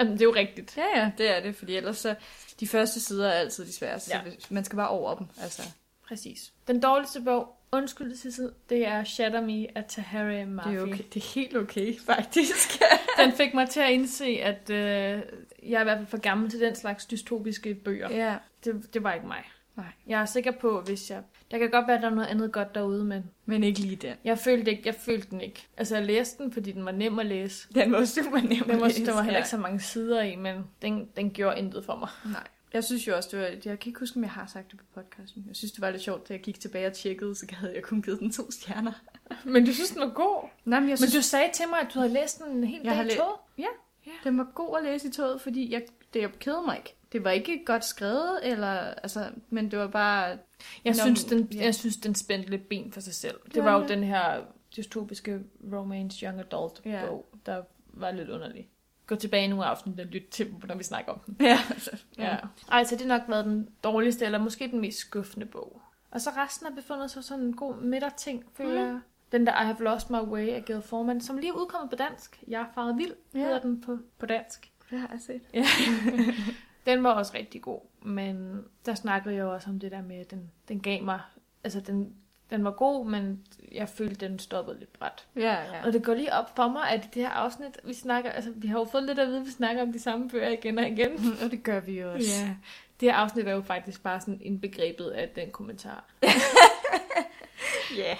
Jamen, det er jo rigtigt. Ja, ja, det er det, fordi ellers så, de første sider er altid de sværeste. Ja. Ja. Man skal bare over dem, altså. Præcis. Den dårligste bog, Undskyld, Sissel, det er Shatter Me af Tahari Mafi. Det er, okay. det er helt okay, <laughs> faktisk. Den fik mig til at indse, at øh, jeg er i hvert fald for gammel til den slags dystopiske bøger. ja. Det, det var ikke mig. Nej. Jeg er sikker på, hvis jeg... Der kan godt være, at der er noget andet godt derude, men Men ikke lige den. jeg følte, ikke, jeg følte den ikke. Altså, jeg læste den, fordi den var nem at læse. Den var super nem at Den var, læse. der var heller ikke Ja. så mange sider i, men den, den gjorde intet for mig. Nej. Jeg synes jo også, det var, jeg kan ikke huske, om jeg har sagt det på podcasten. Jeg synes, det var lidt sjovt, da jeg gik tilbage og tjekkede, så havde jeg kun givet den to stjerner. Men du synes, den var god? Nej, men jeg Men synes, du sagde til mig, at du havde læst den en hel Jeg har dag i læ- toget. men du... den var god at læse i toget, fordi jeg, det, jeg kede mig ikke. Det var ikke godt skrevet, eller, altså, men det var bare... Jeg, Nå, synes, men- den, ja. jeg synes, den spændte lidt ben for sig selv. Det Ja, var jo ja. den her dystopiske romance young adult Ja. bog, der var lidt underlig. Gå tilbage nu i aften og lyt til, når vi snakker om den. <laughs> Ja, altså, Ja. Ej, så det har nok været den dårligste, eller måske den mest skuffende bog. Og så resten har befundet sig sådan en god midterting, føler Mm. jeg. Den der I Have Lost My Way af Gail Forman, som lige er udkommet på dansk. Jeg er faret vild, Ja. hedder den på, på dansk. Det har jeg set. Den var også rigtig god, men der snakkede jeg jo også om det der med, at den, den gav mig... Altså, den, den var god, men jeg følte, den stoppede lidt bræt. Ja, Ja. ja. Og det går lige op for mig, at i det her afsnit, vi snakker... Altså, vi har jo fået lidt at vide, at vi snakker om de samme bøger igen og igen. Mm, Og det gør vi jo også. Ja. Det her afsnit er jo faktisk bare sådan indbegrebet af den kommentar. <laughs> Ja.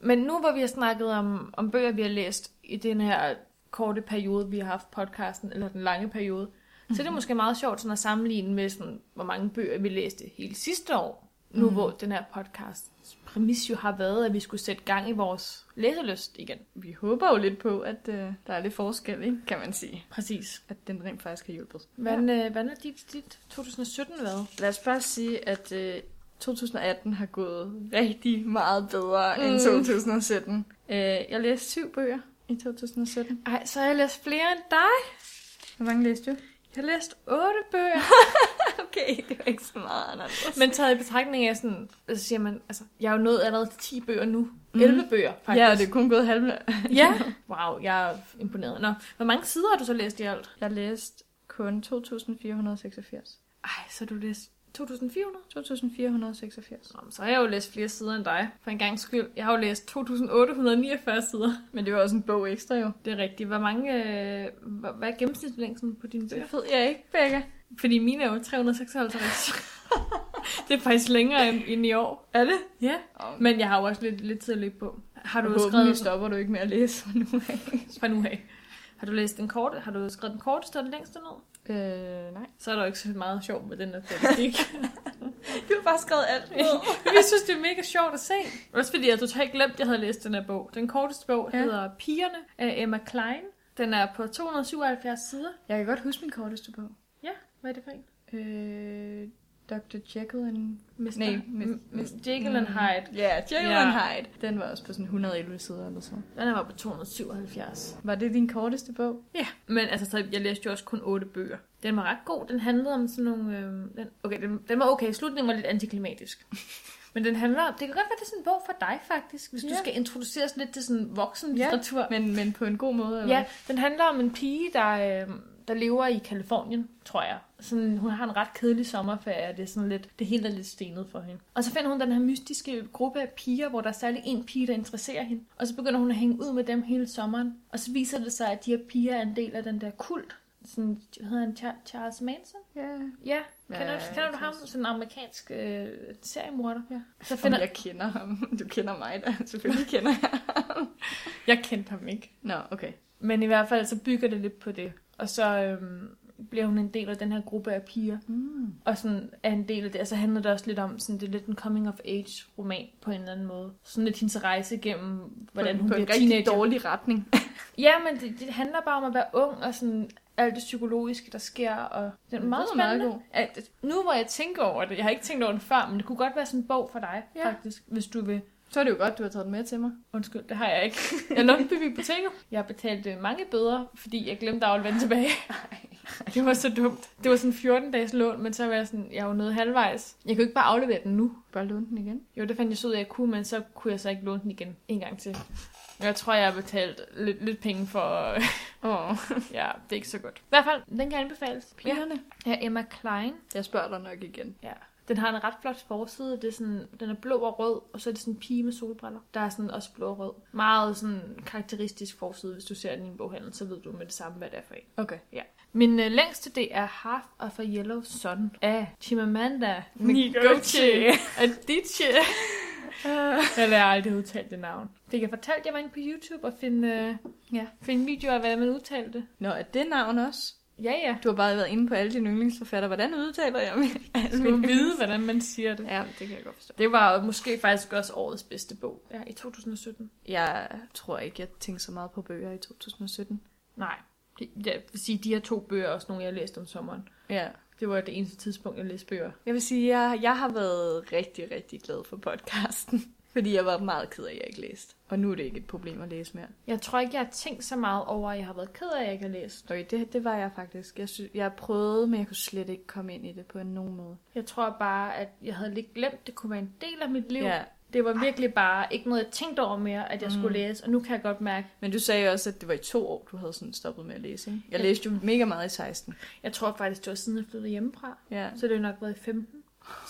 Men nu hvor vi har snakket om, om bøger, vi har læst i den her korte periode, vi har haft podcasten, eller den lange periode, mm-hmm. så Mhm. er det måske meget sjovt sådan at sammenligne med, sådan, hvor mange bøger vi læste hele sidste år, nu mm. Mhm. hvor den her podcast præmis jo har været, at vi skulle sætte gang i vores læselyst igen. Vi håber jo lidt på, at øh, der er lidt forskel, ikke? kan man sige. Præcis. At den rent faktisk har hjulpet. Hvordan, ja. øh, hvordan har dit, dit 2017 været? Lad os bare sige, at øh, 2018 har gået rigtig meget bedre mm. Mm. end 2017. Øh, jeg læste syv bøger i 2017. Ej, så har jeg læst flere end dig. Hvor mange læste du? Jeg har læst otte <laughs> bøger. Okay, det var ikke så meget anderledes. Men taget i betragtning af sådan, så siger man, altså, jeg er jo nået allerede til 10 bøger nu. Mhm. 11 bøger, Faktisk. faktisk. Ja, og det er kun gået halv. <laughs> ja. Wow, jeg er imponeret. Nå, hvor mange sider har du så læst i alt? Jeg læste kun 2486. Ej, så har du læst 2.400? 2486. Nå, men Så har jeg jo læst flere sider end dig, for en gang skyld. Jeg har jo læst 2.849 sider. <laughs> Men det var også en bog ekstra jo. Det er rigtigt. Hvor mange, øh, hvor- hvad er gennemsnitslængden på dine bøger? Det ved jeg ikke, Becca. Fordi mine er jo <laughs> 356. det er faktisk længere end, end i år. Er det? Ja. Men Men jeg har jo også lidt, lidt tid at løbe på. Har har du du skrevet... Forhåbentlig stopper du ikke med at læse fra nu af. <laughs> fra nu af. Har du læst den korte? Har du skrevet den korteste og den længste ned? Øh, nej. Så er der jo ikke så meget sjovt med den <laughs> der statistik. <laughs> Du har bare skrevet alt Vi synes, det er mega sjovt at se. Også fordi jeg totalt glemte, at jeg havde læst den her bog. Den korteste bog ja. Ja. hedder Pigerne af Emma Klein. Den er på 277 sider. <laughs> Jeg kan godt huske min korteste bog. Hvad er det for en? Øh, Dr. Jekyll and... Mr. Nej, M- Mr. Mr. Jekyll and Hyde. Ja, Jekyll Ja. and Hyde. Den var også på sådan 111 sider eller sådan. Den er bare på 277. Var det din korteste bog? Ja, men altså, så jeg læste jo også kun otte bøger. Den var ret god. Den handlede om sådan nogle... Øh, den, okay, den, den var okay. Slutningen var lidt <laughs> antiklimatisk. Men den handler om... Det kan godt være, det er sådan en bog for dig, faktisk. Hvis ja. du Ja. skal introduceres lidt til sådan voksen Ja, litteratur. Ja, Men, men på en god måde, eller? ja den handler om en pige, der, øh, der lever i Kalifornien, tror jeg. Sådan, hun har en ret kedelig sommerferie, og det, er sådan lidt, det hele er lidt stenet for hende. Og så finder hun den her mystiske gruppe af piger, hvor der er særlig en pige, der interesserer hende. Og så begynder hun at hænge ud med dem hele sommeren. Og så viser det sig, at de her piger er en del af den der kult. Sådan, hvad hedder han? Char- Charles Manson? ja. Ja, kender, Ja, ja, du, kender du ham? præcis. Sådan en amerikansk øh, seriemorder. Ja. Så Finder... finder... Om jeg kender ham. Du kender mig da. Selvfølgelig kender jeg. jeg kendte ham ikke. Nå, okay. Men i hvert fald så bygger det lidt på det. Og så øhm, bliver hun en del af den her gruppe af piger. Mm. Og sådan er en del af det. Og så handler det også lidt om, sådan, det er lidt en coming of age roman på en eller anden måde. Sådan lidt hendes rejse gennem, hvordan på, hun på bliver en rigtig teenager. dårlig retning. Ja, men det, det, handler bare om at være ung og sådan alt det psykologiske, der sker. Og det er Det meget lyder meget spændende. At, nu hvor jeg tænker over det, jeg har ikke tænkt over det før, men det kunne godt være sådan en bog for dig, Ja. ja. faktisk, hvis du vil Så er det jo godt, du har taget den med til mig. Undskyld, det har jeg ikke. <laughs> Jeg lånte den på biblioteket. Jeg betalte øh, mange bøder, fordi jeg glemte at aflevere den <laughs> tilbage. Det var så dumt. Det var sådan 14 dages lån, men så var jeg sådan, jeg er jo nået halvvejs. Jeg kan jo ikke bare aflevere den nu. Bare låne den igen. Jo, det fandt jeg så ud af, at jeg kunne, men så kunne jeg så ikke låne den igen en gang til. Og Jeg tror, jeg har betalt lidt, lidt penge for... <laughs> Åh, oh. ja, det er ikke så godt. I hvert fald, den kan anbefales. Ja, pigerne. Ja. ja Emma Klein. Jeg spørger dig nok igen. Ja. Den har en ret flot forside. Det er sådan, den er blå og rød, og så er det sådan en pige med solbriller. Der er sådan også blå og rød. Meget sådan karakteristisk forside. Hvis du ser den i en boghandel, så ved du med det samme, hvad det er for en. Okay. Min øh, længste, det er Half of a Yellow Sun af Chimamanda Ngozi <laughs> Adichie. Øh. Jeg lærer aldrig udtalt det navn. Fik jeg fortalt, at jeg var inde på YouTube og finde, øh, Ja. finde videoer af, hvordan man udtalte det? Nå, er det navn også? Ja, ja. Du har bare været inde på alle dine yndlingsforfatter. Hvordan udtaler <laughs> jeg mig? Du skal jo vide, hvordan man siger det. Ja, det kan jeg godt forstå. Det var måske faktisk også årets bedste bog. Ja, i 2017. Jeg tror ikke, jeg tænkte så meget på bøger i 2017. Nej. Det, jeg vil sige, de her to bøger er også nogle, jeg har læst om sommeren. Ja. Det var det eneste tidspunkt, jeg læste bøger. Jeg vil sige, at jeg, jeg har været rigtig, rigtig glad for podcasten. <laughs> Fordi jeg var meget ked af, at jeg ikke læste. Og nu er det ikke et problem at læse mere. Jeg tror ikke, jeg har tænkt så meget over, at jeg har været ked af, at jeg ikke har læst. Okay, det, det var jeg faktisk. Jeg, sy- jeg prøvede, men jeg kunne slet ikke komme ind i det på nogen måde. Jeg tror bare, at jeg havde lidt glemt, det kunne være en del af mit liv. Det var virkelig bare ikke noget, jeg tænkte over mere, at jeg mm. skulle læse. Og nu kan jeg godt mærke, Men du sagde også, at det var i to år, du havde sådan stoppet med at læse. Ikke? Jeg Ja. læste jo mega meget i 16. jeg tror faktisk, det var siden jeg flyttede hjemmefra. Ja. Så det har nok været i 15,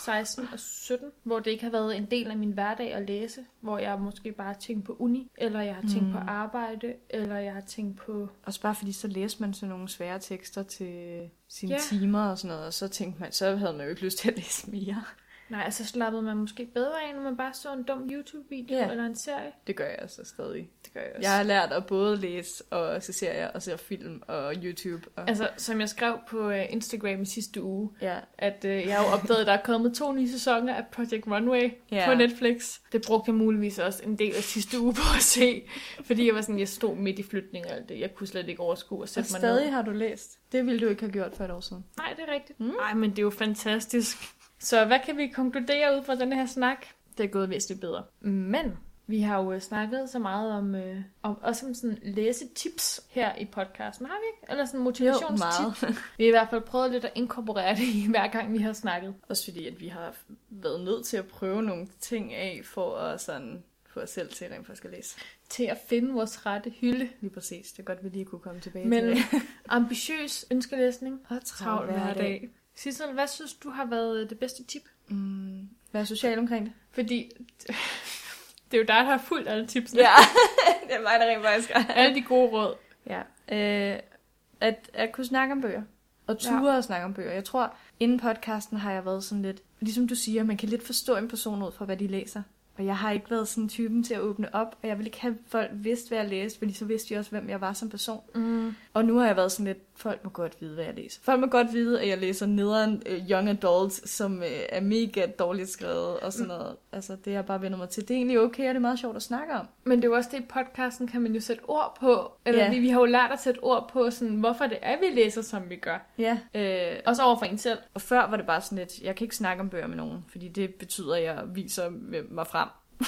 16 og 17, hvor det ikke har været en del af min hverdag at læse. Hvor jeg måske bare har tænkt på uni, eller jeg har tænkt mm. på arbejde, eller jeg har tænkt på... Også bare fordi, så læste man sådan nogle svære tekster til sine Ja. yeah. timer og sådan noget, og så tænkte man, så havde man jo ikke lyst til at læse mere. Nej, altså slappede man måske bedre af, når man bare så en dum YouTube-video Ja. yeah. eller en serie. Det gør jeg altså stadig. Det gør jeg Jeg har lært at både læse og se serier og se film og YouTube. Og... Altså, som jeg skrev på øh, Instagram i sidste uge, Ja. at øh, jeg har jo opdaget, at der er kommet to nye sæsoner af Project Runway Ja. ja. på Netflix. Det brugte jeg muligvis også en del af sidste uge på at se, fordi jeg var sådan, jeg stod midt i flytning og alt det. Jeg kunne slet ikke overskue at Og sætte mig stadig ned. har du læst. Det ville du ikke have gjort for et år siden. Nej, det er rigtigt. Mm. Nej, men det er jo fantastisk. Så hvad kan vi konkludere ud fra den her snak? Det er gået væsentligt bedre. Men vi har jo øh, snakket så meget om, øh, om også om sådan læsetips her i podcasten, har vi ikke? Eller sådan motivationstips. Vi har i hvert fald prøvet lidt at inkorporere det <laughs> i hver gang, vi har snakket. <laughs> Også fordi, at vi har været nødt til at prøve nogle ting af, for at sådan få os selv til rent faktisk at læse. til at finde vores rette hylde. Lige præcis. Det er godt, vi lige kunne komme tilbage til Men det. ambitiøs ønskelæsning. Og Travl hver dag. Sissel, hvad synes du har været øh, det bedste tip? Mm, vær social omkring det. Fordi <laughs> det er jo dig, der har fulgt alle tipsene. Ja, <laughs> det er mig, der rent faktisk Alle de gode råd. Ja. Øh, at, at kunne snakke om bøger. Og ture ja. at snakke om bøger. Jeg tror, inden podcasten har jeg været sådan lidt... Ligesom du siger, man kan lidt forstå en person ud fra, hvad de læser. Og jeg har ikke været sådan typen til at åbne op, og jeg ville ikke have at folk vidste, hvad jeg læste, fordi så vidste de også, hvem jeg var som person. Mm. Og nu har jeg været sådan lidt, folk må godt vide, hvad jeg læser. Folk må godt vide, at jeg læser nederen uh, young adults, som uh, er mega dårligt skrevet og Mm. sådan noget. Altså, det har jeg bare vendt mig til. Det er egentlig okay, og det er meget sjovt at snakke om. Men det er jo også det, i podcasten kan man jo sætte ord på. Eller Ja. yeah. vi, vi har jo lært at sætte ord på, sådan, hvorfor det er, vi læser, som vi gør. Ja. Øh, Også over for en selv. og før var det bare sådan lidt, jeg kan ikke snakke om bøger med nogen, fordi det betyder, at jeg viser mig frem. <laughs>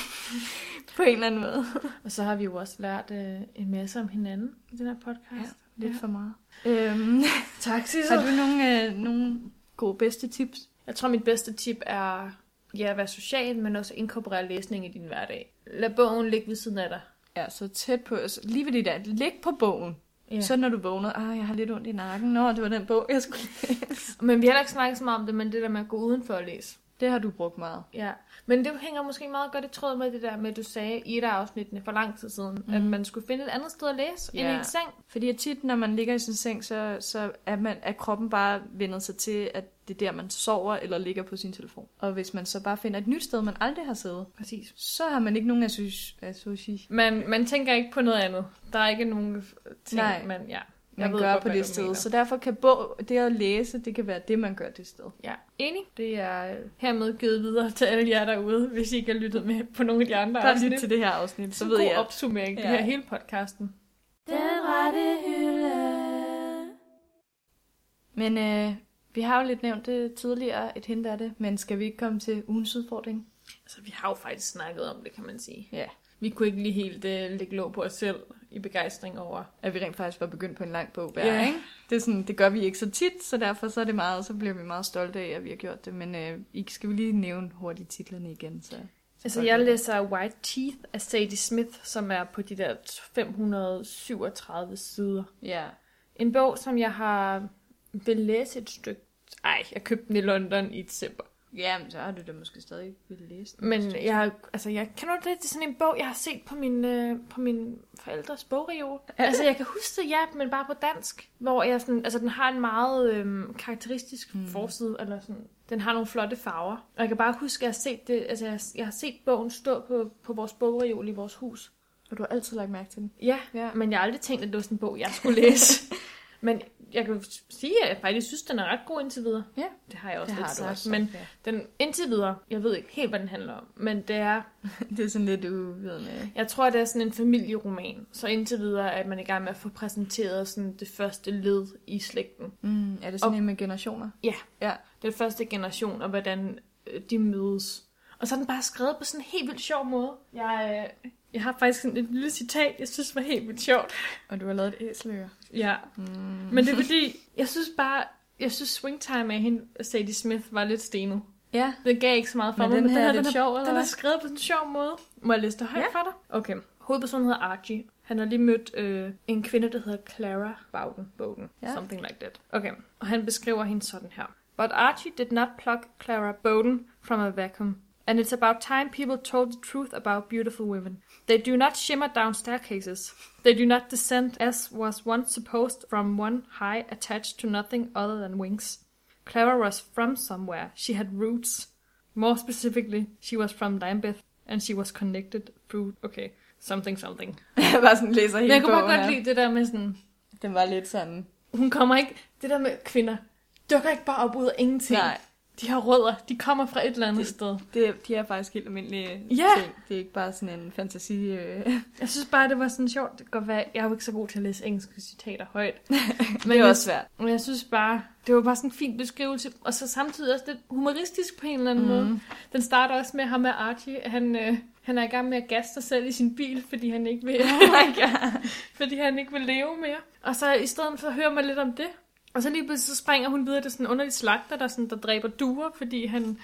på en eller anden måde. Og så har vi jo også lært øh, en masse om hinanden i den her podcast. Ja, Lidt for meget. Øhm, <laughs> Tak, har du nogle, øh, nogle gode bedste tips? Jeg tror, mit bedste tip er ja, at være social, men også inkorporere læsning i din hverdag. Lad bogen ligge ved siden af dig. Ja, så tæt på. så Lige ved det der, læg på bogen. Ja. Så når du vågner, ah, jeg har lidt ondt i nakken. Nå, det var den bog, jeg skulle <laughs> læse. Men vi har heller ikke snakket så meget om det, men det der med at gå udenfor og læse. Det har du brugt meget. Ja. Men det hænger måske meget godt i tråd med det der med, at du sagde i et af afsnittene for lang tid siden, mm. at man skulle finde et andet sted at læse yeah. Ja. end i en seng. Fordi at tit, når man ligger i sin seng, så, så er, man, er kroppen bare vendet sig til, at det er der, man sover eller ligger på sin telefon. Og hvis man så bare finder et nyt sted, man aldrig har siddet, Præcis. så har man ikke nogen associ... associ. Man, man tænker ikke på noget andet. Der er ikke nogen f- ting, Nej. man... Ja. Man ved gør godt, på hvad det du sted. mener. Så derfor kan bog, det at læse, det kan være det, man gør det sted. Ja, enig. Det er øh, hermed givet videre til alle jer derude, hvis I ikke har lyttet med på nogle af de andre Bare lyt til det her afsnit, så ved jeg, opsummering. Ja. Det her hele podcasten. Den rette hylde. Men øh, vi har jo lidt nævnt det tidligere, et hint af det, men skal vi ikke komme til ugens udfordring? Altså, vi har jo faktisk snakket om det, kan man sige. Ja. Vi kunne ikke lige helt uh, lægge låg på os selv i begejstring over. At vi rent faktisk var begyndt på en lang bog hver, Ja. ikke? Det, er sådan, det gør vi ikke så tit, så derfor så er det meget, så bliver vi meget stolte af, at vi har gjort det. Men øh, I skal vi lige nævne hurtigt titlerne igen, så... så Altså, folk jeg ved det. læser White Teeth af Sadie Smith, som er på de der 537 sider. Ja. En bog, som jeg har belæst et stykke... Ej, jeg købte den i London i december. Ja, men så har du da måske stadig ville læse den. Men jeg, har- altså, jeg kan du det, det er sådan en bog, jeg har set på min, øh, på min forældres bogreol. Altså, jeg kan huske det, ja, men bare på dansk, hvor jeg sådan, altså, den har en meget øh, karakteristisk mm. forside, eller sådan, den har nogle flotte farver. Og jeg kan bare huske, at jeg har set, det, altså, jeg, jeg har set bogen stå på, på vores bogreol i vores hus. Og du har altid lagt mærke til den. Ja, Ja. men jeg har aldrig tænkt, at det var sådan en bog, jeg skulle <laughs> læse. men jeg kan jo sige, at jeg faktisk synes, den er ret god indtil videre. Ja, Det har jeg også det lidt har du sagt, også. Men ja. <laughs> den indtil videre, jeg ved ikke helt, hvad den handler om, men det er Det er sådan lidt uvidende. Jeg tror, det er sådan en familieroman. Så indtil videre er man i gang med at få præsenteret sådan det første led i slægten. Mm, er det sådan og... en med generationer? Den første generation, og hvordan øh, de mødes. Og så er den bare skrevet på sådan en helt vildt sjov måde. Jeg, øh, jeg har faktisk sådan et lille citat, jeg synes var helt vildt sjovt. Og du har lavet et æseløre. Ja. Mm. Men det er fordi, jeg synes bare, jeg synes Swingtime af hende, Sadie Smith, var lidt stenet. Ja. Det gav ikke så meget for Men mig, den men her, den, her, den den er- sjov, eller den er hvad? skrevet på en sjov måde. Må jeg læse det højt ja. for dig? Okay. Hovedpersonen hedder Archie. Han har lige mødt øh, en kvinde, der hedder Clara Bowden. Bowden. Ja. Yeah. Something like that. Okay. Og han beskriver hende sådan her. But Archie did not pluck Clara Bowden from a vacuum. And it's about time people told the truth about beautiful women. They do not shimmer down staircases. They do not descend as was once supposed from one high attached to nothing other than wings. Clara was from somewhere. She had roots. More specifically, she was from Lambeth, and she was connected through, okay, something something. <laughs> Jeg bare sådan læser hele Men jeg kunne bogen bare godt her. lide det der med sådan, Den var lidt sådan... hun kommer ikke, det der med kvinder, dukker ikke bare op ud af ingenting. Nej, De har rødder, de kommer fra et eller andet sted. det, de er faktisk helt almindelige Ja. ting. Det er ikke bare sådan en fantasi... Øh... Jeg synes bare, det var sådan sjovt. Det kan godt være, jeg er jo ikke så god til at læse engelske citater højt. <laughs> Men det er jeg- også svært. Men jeg synes bare, det var bare sådan en fin beskrivelse, og så samtidig også lidt humoristisk på en eller anden mm. måde. Den starter også med ham med Archie. Han, øh, han er i gang med at gasse sig selv i sin bil, fordi han ikke <laughs> vil, Oh fordi han ikke vil leve mere. Og så i stedet for hører man lidt om det. Og så lige pludselig så springer hun videre til sådan en underlig slagter, der, sådan, der dræber duer, fordi han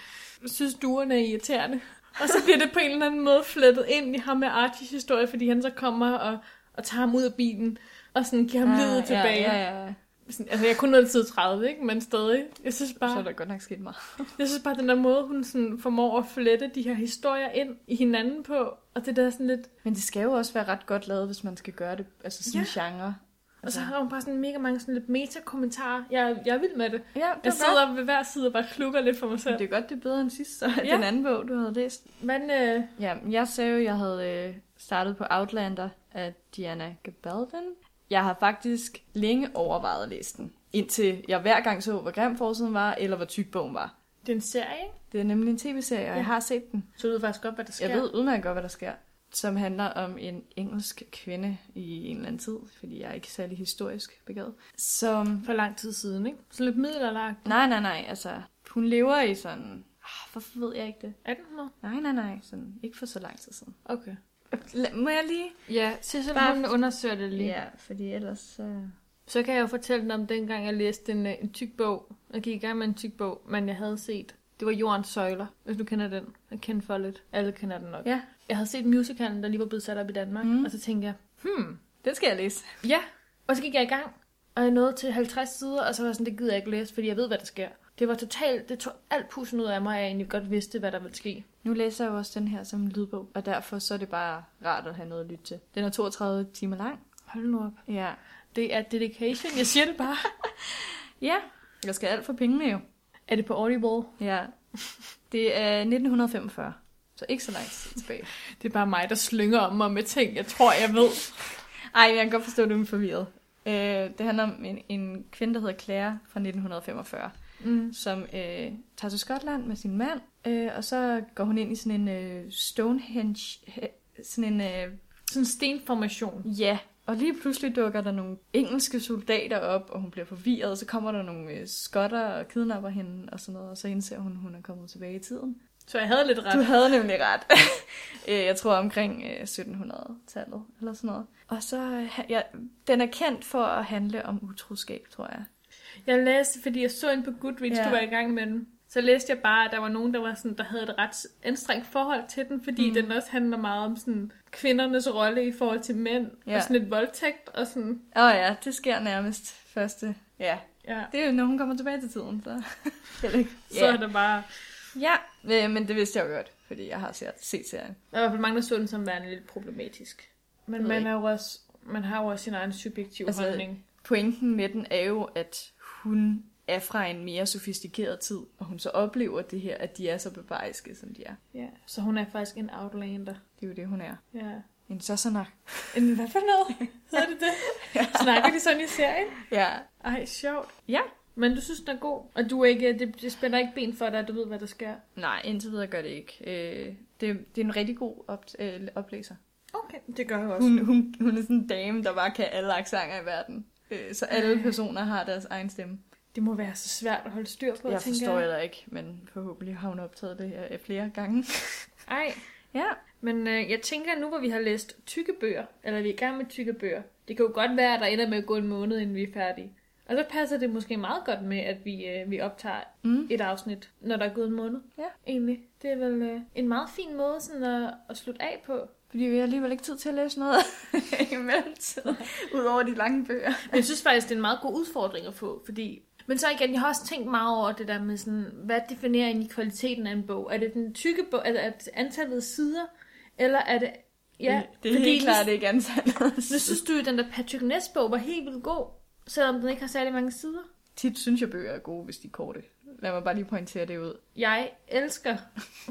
synes, duerne er irriterende. Og så bliver det på en eller anden måde flettet ind i ham med Archies historie, fordi han så kommer og, og tager ham ud af bilen og sådan giver ham ah, livet tilbage. Ja, ja, ja. Sådan, altså, jeg kunne nå til side 30, ikke? men stadig. Jeg synes Så bare, er der godt nok sket meget. jeg synes bare den der måde, hun sådan formår at flette de her historier ind i hinanden på, og det der sådan lidt... Men det skal jo også være ret godt lavet, hvis man skal gøre det. Altså sådan ja. genre. Og så har hun bare sådan mega mange sådan lidt meta-kommentarer. Jeg, jeg er vild med det. Ja, det Jeg er bare... sidder ved hver side og bare klukker lidt for mig selv. Det er godt, det er bedre end sidst, så Ja. ja. den anden bog, du havde læst. Men øh, Ja, men jeg sagde jo, at jeg havde øh, startet på Outlander af Diana Gabaldon. Jeg har faktisk længe overvejet at læse den, indtil jeg hver gang så, hvor grim forsiden var, eller hvor tyk bogen var. det er en serie, ikke? Det er nemlig en tv-serie, og Ja. jeg har set den. Så du ved faktisk godt, hvad der sker. Jeg ved udmærket godt, hvad der sker. Som handler om en engelsk kvinde i en eller anden tid, fordi jeg er ikke særlig historisk begavet. Som... For lang tid siden, ikke? Så lidt middelalderagt. Nej, nej, nej, altså... Hun lever i sådan... Ah, Hvorfor ved jeg ikke det? 1800? Nej, nej, nej. Sådan, ikke for så lang tid siden. Okay. La- må jeg lige? Ja, Sissel, Bare- hun undersøger det lige. Ja, fordi ellers øh, så... Så kan jeg jo fortælle dig om dengang, jeg læste en, øh, en tyk bog. Jeg gik i gang med en tyk bog, men jeg havde set... Det var Jordens Søjler, hvis du kender den. Jeg kender for lidt. Alle kender den nok. Ja. Jeg havde set musicalen, der lige var blevet sat op i Danmark. Mm. Mm. Og så tænkte jeg, hmm, Den skal jeg læse. ja. Og så gik jeg i gang, og jeg nåede til 50 sider, og så var jeg sådan, det gider jeg ikke læse, fordi jeg ved, hvad der sker. Det var totalt, det tog alt pusen ud af mig, og jeg egentlig godt vidste, hvad der ville ske. Nu læser jeg jo også den her som en lydbog, og derfor så er det bare rart at have noget at lytte til. Den er 32 timer lang. Hold nu op. Ja. Det er dedication, jeg siger det bare. Ja, jeg skal alt for pengene jo. er det på Audible? Ja. Det er 1945, så ikke så langt tilbage. Det er bare mig, der slynger om mig med ting, jeg tror, jeg ved. Ej, jeg kan godt forstå, at du er forvirret. Øh, det handler om en, en kvinde, der hedder Claire fra 1945. Mm. som øh, tager til Skotland med sin mand, øh, og så går hun ind i sådan en øh, Stonehenge, he- sådan en, øh, Sådan en stenformation. ja, og lige pludselig dukker der nogle engelske soldater op, og hun bliver forvirret, og så kommer der nogle øh, skotter og kidnapper hende og sådan noget, og så indser hun, at hun er kommet tilbage i tiden. Så jeg havde lidt ret. Du havde nemlig ret. <laughs> Øh, jeg tror omkring øh, 1700-tallet, eller sådan noget. Og så, øh, ha- ja, den er kendt for at handle om utroskab, tror jeg. Jeg læste, fordi jeg så en på Goodreads, ja. Ja. du var i gang med den. Så læste jeg bare, at der var nogen, der, var sådan, der havde et ret anstrengt forhold til den, fordi mm. den også handler meget om sådan, kvindernes rolle i forhold til mænd, ja. Ja. og sådan et voldtægt, og sådan, Åh oh, ja, det sker nærmest første, ja, ja, Det er jo, når hun kommer tilbage til tiden, så... Eller ikke? så er det bare, <laughs> Ja, øh, men det vidste jeg jo godt, fordi jeg har set, set serien. Der er i hvert fald mange, der så den som værende lidt problematisk. Men ved man, jeg er jo også, man har jo også sin egen subjektive Altså, altså, holdning. Pointen med den er jo, at hun er fra en mere sofistikeret tid, og hun så oplever det her, at de er så bebariske, som de er. Ja. Så hun er faktisk en outlander. Det er jo det, hun er. Ja. En sassanak. En hvad for noget? <laughs> Hedder det det? ja. Snakker de sådan i serien? Ja. Ej, sjovt. Ja. Men du synes, den er god, og du er ikke, det, det spænder ikke ben for dig, at du ved, hvad der sker. Nej, indtil videre gør det ikke. Øh, det, det er en rigtig god op, øh, oplæser. Okay, det gør jeg også. Hun, hun, hun er sådan en dame, der bare kan alle accenter i verden. Øh, så alle Ej. personer har deres egen stemme. Det må være så svært at holde styr på, Jeg tænker forstår heller ikke, men forhåbentlig har hun optaget det her øh, flere gange. Ej, Ja. men øh, jeg tænker nu, hvor vi har læst tykke bøger, eller vi er i gang med tykke bøger, det kan jo godt være, at der ender med at gå en måned, inden vi er færdige. Og så passer det måske meget godt med, at vi, øh, vi optager Mm. et afsnit, når der er gået en måned. Ja. Egentlig. Det er vel øh, en meget fin måde sådan at, at slutte af på. Fordi vi har alligevel ikke tid til at læse noget <laughs> i mellemtiden, udover de lange bøger. Men jeg synes faktisk, det er en meget god udfordring at få, fordi... Men så igen, jeg har også tænkt meget over det der med sådan, hvad definerer egentlig kvaliteten af en bog? Er det den tykke bog, altså at antallet af sider, eller er det... Ja, Mm, det, det er fordi helt klart nu, ikke antallet. nu <laughs> synes du jo, at den der Patrick Ness-bog var helt vildt god, selvom den ikke har særlig mange sider. Tit synes jeg, bøger er gode, hvis de er korte. Lad mig bare lige pointere det ud. Jeg elsker... <laughs>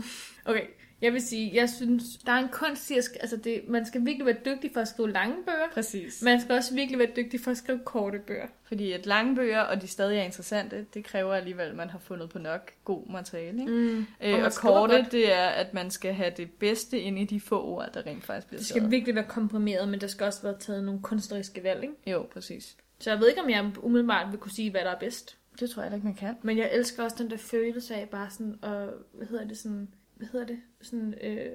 Okay, jeg vil sige, jeg synes, der er en kunst i at... sk- Altså, det, man skal virkelig være dygtig for at skrive lange bøger. Præcis. Man skal også virkelig være dygtig for at skrive korte bøger. Fordi at lange bøger, og de stadig er interessante, det kræver alligevel, at man har fundet på nok god materiale. Ikke? Mm. Øh, og man skriver korte, godt. det er, at man skal have det bedste inde i de få ord, der rent faktisk bliver Det skal skrevet. virkelig være komprimeret, men der skal også være taget nogle kunstneriske valg, ikke? Jo, præcis. Så jeg ved ikke, om jeg umiddelbart vil kunne sige, hvad der er bedst. Det tror jeg heller ikke, man kan. Men jeg elsker også den der følelse af bare sådan, og hvad hedder det sådan, hvad hedder det, sådan, øh,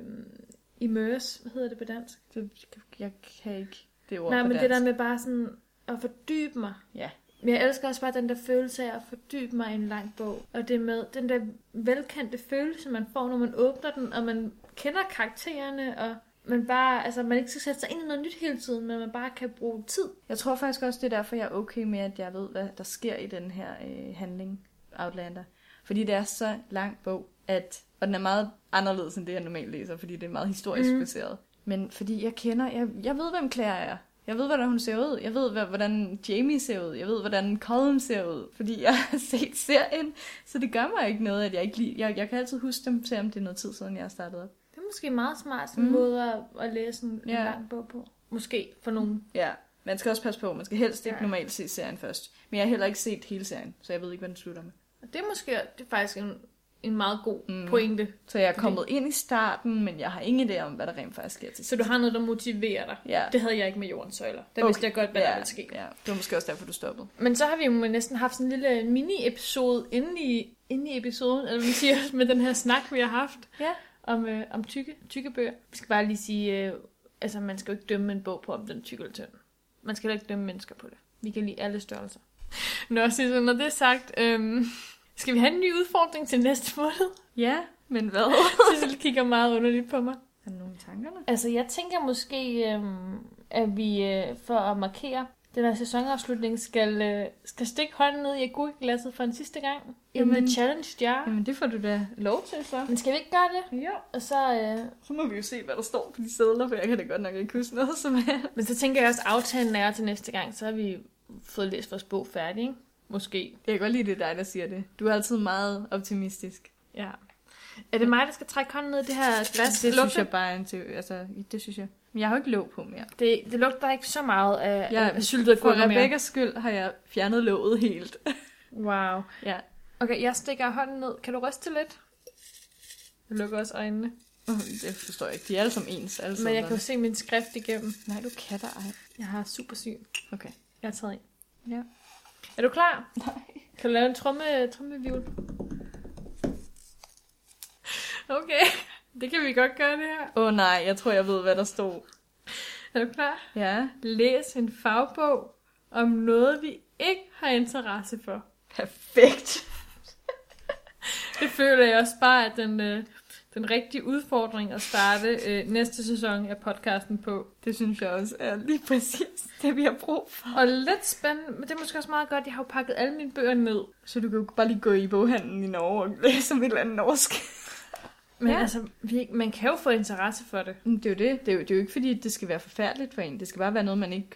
immerse, hvad hedder det på dansk? Det, jeg kan ikke det ord Nej, på men dansk. det der med bare sådan at fordybe mig. Ja. Men jeg elsker også bare den der følelse af at fordybe mig i en lang bog. Og det med den der velkendte følelse, man får, når man åbner den, og man kender karaktererne, og man bare, altså man ikke skal sætte sig ind i noget nyt hele tiden, men man bare kan bruge tid Jeg tror faktisk også, det er derfor, jeg er okay med, at jeg ved, hvad der sker i den her øh, handling, Outlander. Fordi det er så lang bog, at, og den er meget anderledes end det, jeg normalt læser, fordi det er meget historisk Mm. mm. baseret. Men fordi jeg kender, jeg, jeg ved, hvem Claire er. Jeg ved, hvordan hun ser ud. Jeg ved, hva- hvordan Jamie ser ud. Jeg ved, hvordan Colin ser ud. Fordi jeg har <laughs> set serien, så det gør mig ikke noget, at jeg ikke lige... Jeg, jeg kan altid huske dem, selvom det er noget tid siden, jeg har startet op. Det er måske meget smart sådan mm. Mm. måde at, at læse en, en Ja. lang bog på. Måske for nogen. Ja, man skal også passe på. Man skal helst ikke Ja. normalt se serien først. Men jeg har heller ikke set hele serien, så jeg ved ikke, hvad den slutter med. Og det er måske det er faktisk en, en meget god mm. Mm. pointe. Så jeg er kommet ind i starten, men jeg har ingen idé om, hvad der rent faktisk sker til Så du har noget, der motiverer dig. Ja. Det havde jeg ikke med jordens søjler. Der okay. Okay. vidste jeg godt, hvad ja. der ja, ville ske. Ja. Det var måske også derfor, du stoppede. Men så har vi jo næsten haft sådan en lille mini-episode inde i, inde i episoden, eller hvad man siger, <laughs> med den her snak, vi har haft Ja. om, øh, om tykke, tykke bøger. Vi skal bare lige sige, øh, altså man skal jo ikke dømme en bog på, om den er tyk eller tynd. Man skal heller ikke dømme mennesker på det. Vi kan lide alle størrelser. <laughs> Nå, Sissel, når det er sagt, øh, skal vi have en ny udfordring til næste måned? <laughs> Ja, men hvad? Sissel kigger meget underligt på mig. <laughs> Er der nogen i tankerne? Altså, jeg tænker måske, øh, at vi øh, for at markere den her sæsonafslutning, skal, øh, skal stikke hånden ned i agurkeglasset for en sidste gang. Jamen, Jamen- the challenge, ja. Jamen, det får du da lov til, så. Men skal vi ikke gøre det? Ja, Og så, øh, så må vi jo se, hvad der står på de sædler, for jeg kan da godt nok ikke huske noget som helst. Men så tænker jeg også, at aftalen er til næste gang, så har vi fået læst vores bog færdig, ikke? Måske. Jeg kan godt lide, det er dig, der siger det. Du er altid meget optimistisk. Ja. Er det mig, der skal trække hånden ned i det her glas? det synes lugter, jeg bare er en teori. Altså, det synes jeg. Men jeg har jo ikke låg på mere. Det, det lugter ikke så meget af, Ja, af syltet For agurker mere. Rebekkas skyld har jeg fjernet låget helt. Wow. Ja. Okay, jeg stikker hånden ned. Kan du ryste lidt? Jeg lukker også øjnene. Det forstår jeg ikke. De er alle som ens. Alle Men jeg kan jo sædlerne. se min skrift igennem. Nej, du kan da ej. Jeg har super syg. Okay. Jeg har taget en. Ja. Er du klar? Nej. Kan du lave en tromme, trommevivl? Okay, det kan vi godt gøre det her. Åh oh, nej, jeg tror, jeg ved, hvad der stod. Er du klar? Ja, Læs en fagbog om noget, vi ikke har interesse for. perfekt. Det føler jeg også bare, at den, øh, den rigtige udfordring at starte øh, næste sæson af podcasten på. Det synes jeg også er lige præcis det, vi har brug for. Og lidt spændende, men det er måske også meget godt, jeg har jo pakket alle mine bøger ned. Så du kan jo bare lige gå i boghandlen i Norge og <laughs> læse om et eller andet norsk. Men ja. Ja. altså, vi, man kan jo få interesse for det. Men Det er jo det. Det er jo, det er jo ikke fordi, det skal være forfærdeligt for en. Det skal bare være noget, man ikke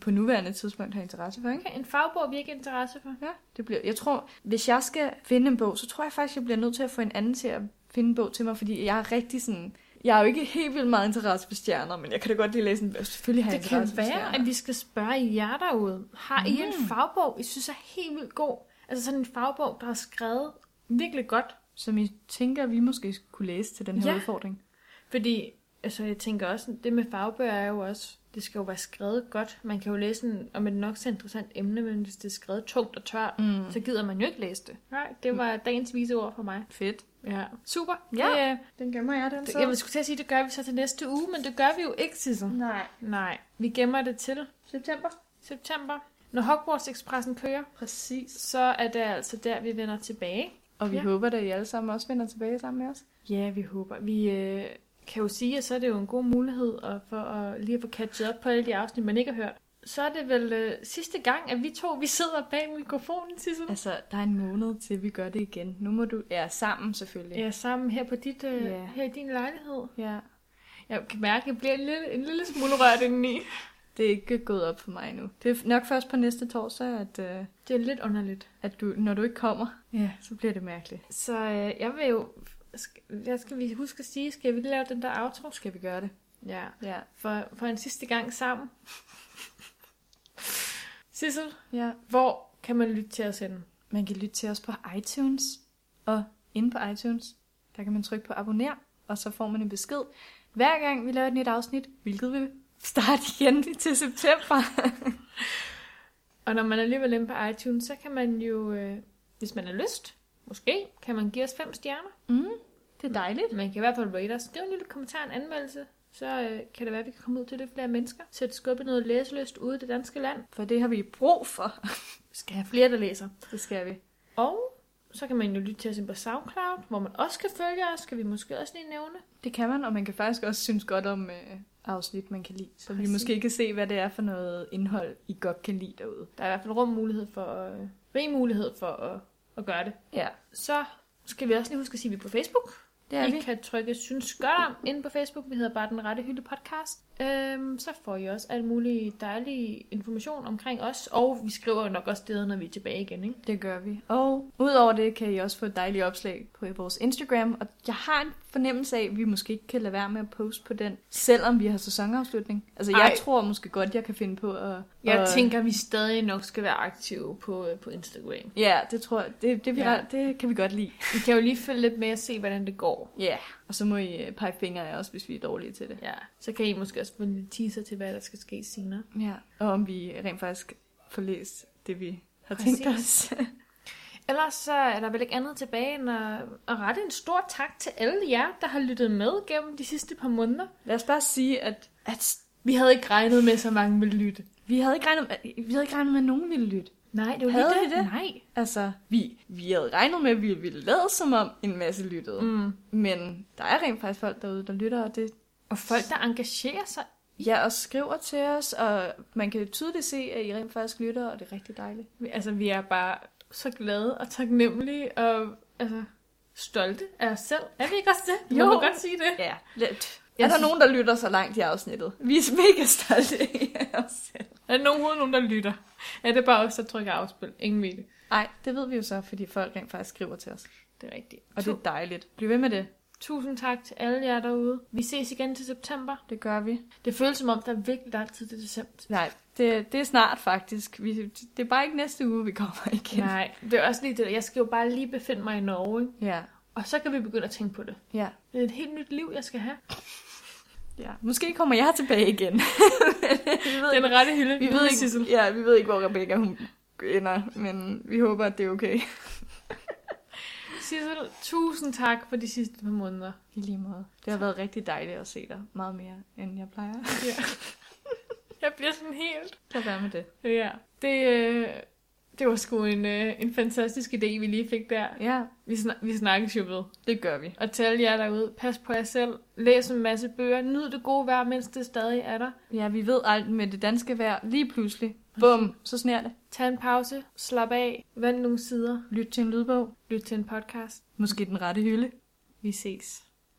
på nuværende tidspunkt har interesse for, ikke? Okay, en fagbog, vi ikke har interesse for. Ja, det bliver... Jeg tror, hvis jeg skal finde en bog, så tror jeg faktisk, jeg bliver nødt til at få en anden til at finde en bog til mig, fordi jeg er rigtig sådan... Jeg har jo ikke helt vildt meget interesse for stjerner, men jeg kan da godt lige læse en bog. Selvfølgelig har jeg Det kan interesse for være, at stjerner. vi skal spørge jer derude. Har I en Mm. fagbog, I synes er helt vildt god? Altså sådan en fagbog, der er skrevet virkelig godt. Som I tænker, vi måske skulle kunne læse til den her Ja. ja. udfordring. Fordi, altså jeg tænker også, det med fagbøger er jo også, det skal jo være skrevet godt. Man kan jo læse en, om et nok så interessant emne, men hvis det er skrevet tungt og tørt, Mm. så gider man jo ikke læse det. Nej, det var dagens vise ord for mig. Fedt. Ja. Super. Ja. Det, øh, Den gemmer jeg, den det, jeg skulle til at sige, det gør vi så til næste uge, men det gør vi jo ikke, Sissel. Nej. Nej, vi gemmer det til September. september. Når Hogwarts Expressen kører, Præcis. så er det altså der, vi vender tilbage. Og vi Ja. ja. håber, at I alle sammen også vender tilbage sammen med os. Ja, vi håber. Vi øh, kan jo sige, at så er det jo en god mulighed at, for at lige at få catchet op på alle de afsnit, man ikke har hørt. Så er det vel øh, sidste gang, at vi to vi sidder bag mikrofonen, Sissel. Altså, der er en måned til, vi gør det igen. Nu må du... Ja, sammen selvfølgelig. Ja, sammen her på dit, øh, Ja. her i din lejlighed. ja. Jeg kan mærke, at jeg bliver en lille, en lille smule rørt indeni. Det er ikke gået op for mig nu. Det er nok først på næste torsdag, at, øh, Det er lidt underligt. at du, når du ikke kommer, ja. så bliver det mærkeligt. Så øh, jeg vil jo... Skal, hvad skal vi huske at sige? Skal vi lige lave den der outro? Skal vi gøre det? Ja. Ja. For, for en sidste gang sammen. Sissel, ja. hvor kan man lytte til os henne? Man kan lytte til os på iTunes, og inde på iTunes, der kan man trykke på abonner, og så får man en besked, hver gang vi laver et nyt afsnit, hvilket vil starte igen <laughs> til september. Og når man alligevel er inde på iTunes, så kan man jo, øh, hvis man har lyst, måske, kan man give os fem stjerner. Mm, det er dejligt. Man kan i hvert fald rate os. Skriv en lille kommentar, en anmeldelse. Så øh, kan det være, at vi kan komme ud til lidt flere mennesker. Sætte skub i noget læseløst ude i det danske land. For det har vi brug for. Vi skal have flere, der læser. Det skal vi. Og så kan man jo lytte til os inde på SoundCloud, hvor man også kan følge os, skal vi måske også lige nævne. Det kan man, og man kan faktisk også synes godt om øh, afsnit, man kan lide. Så Præcis. vi måske kan se, hvad det er for noget indhold, I godt kan lide derude. Der er i hvert fald rum mulighed for, øh, rig mulighed for at, at gøre det. Ja, Så skal vi også lige huske at sige, at vi er på Facebook. det Ja, er I vi. kan trykke synes godt om inde på Facebook. Vi hedder bare Den Rette Hylde Podcast. Øhm, så får I også alle mulige dejlige information omkring os. Og vi skriver jo nok også steder, når vi er tilbage igen. Ikke? Det gør vi. Og udover det kan I også få et dejligt opslag på vores Instagram. Og jeg har en fornemmelse af, at vi måske ikke kan lade være med at poste på den, selvom vi har sæsonafslutning. Altså, jeg Ej. tror måske godt, jeg kan finde på at... Jeg at- tænker, at vi stadig nok skal være aktive på, øh, på Instagram. Ja, det tror jeg. Det, det, vi Ja. ja. det kan vi godt lide. Vi kan jo lige følge lidt med og se, hvordan det går. Ja, yeah. og så må I øh, pege fingre af os, hvis vi er dårlige til det. Ja, så kan I måske også få en lille teaser til, hvad der skal ske senere. Ja, og om vi rent faktisk får læst det, vi har Præcis. tænkt os. <laughs> Ellers så er der vel ikke andet tilbage end at, at rette en stor tak til alle jer, der har lyttet med gennem de sidste par måneder. Lad os bare sige, at, at Vi havde ikke regnet med, så mange ville lytte. vi havde ikke regnet med, vi havde ikke regnet med, at nogen ville lytte. Nej, det var Havde lige det. I det? Nej. Altså, vi, vi havde regnet med, at vi ville lade som om en masse lyttede. Mm. Mm. Men der er rent faktisk folk derude, der lytter, og det Og folk, der engagerer sig. ja, og skriver til os, og man kan tydeligt se, at I rent faktisk lytter, og det er rigtig dejligt. Altså, vi er bare så glade og taknemmelige og altså, stolte af os selv. Er vi ikke også det? Jo. Må man godt sige det? Ja, lidt. Jeg Er der synes- nogen, der lytter så langt i afsnittet? Vi er mega stolte af os selv. Er der nogen, nogen, der lytter? Er det bare os, der trykker afspil? Ingen ved det. Nej, det ved vi jo så, fordi folk rent faktisk skriver til os. Det er rigtigt. Og det er dejligt. Bliv ved med det. Tusind tak til alle jer derude. Vi ses igen til september. Det gør vi. Det føles som om, der er virkelig lang tid til december. Nej, det, det er snart faktisk. Vi, det er bare ikke næste uge, vi kommer <laughs> igen. Nej, det er også lige det. Jeg skal jo bare lige befinde mig i Norge, ikke? Ja, og så kan vi begynde at tænke på det. ja, Det er et helt nyt liv, jeg skal have. ja. Måske kommer jeg tilbage igen. <laughs> vi ved, Den rette hylde. vi ved ikke, ja, vi ved ikke, hvor Rebecca hun ender, men vi håber, at det er okay. Sissel, tusind tak for de sidste par måneder. I lige måde. Det har været rigtig dejligt at se dig meget mere, end jeg plejer. Jeg bliver sådan helt... Lad være med det. Ja, det, øh, Det var sgu en, øh, en fantastisk idé, vi lige fik der. Ja, Vi, snak, vi snakkes jo ved. det gør vi. Og til alle jer derude, pas på jer selv. Læs en masse bøger. Nyd det gode vejr, mens det stadig er der. Ja, vi ved alt med det danske vejr. Lige pludselig, bum, så sner det. Tag en pause. Slap af. Vand nogle sider. Lyt til en lydbog. Lyt til en podcast. Måske den rette hylde. Vi ses.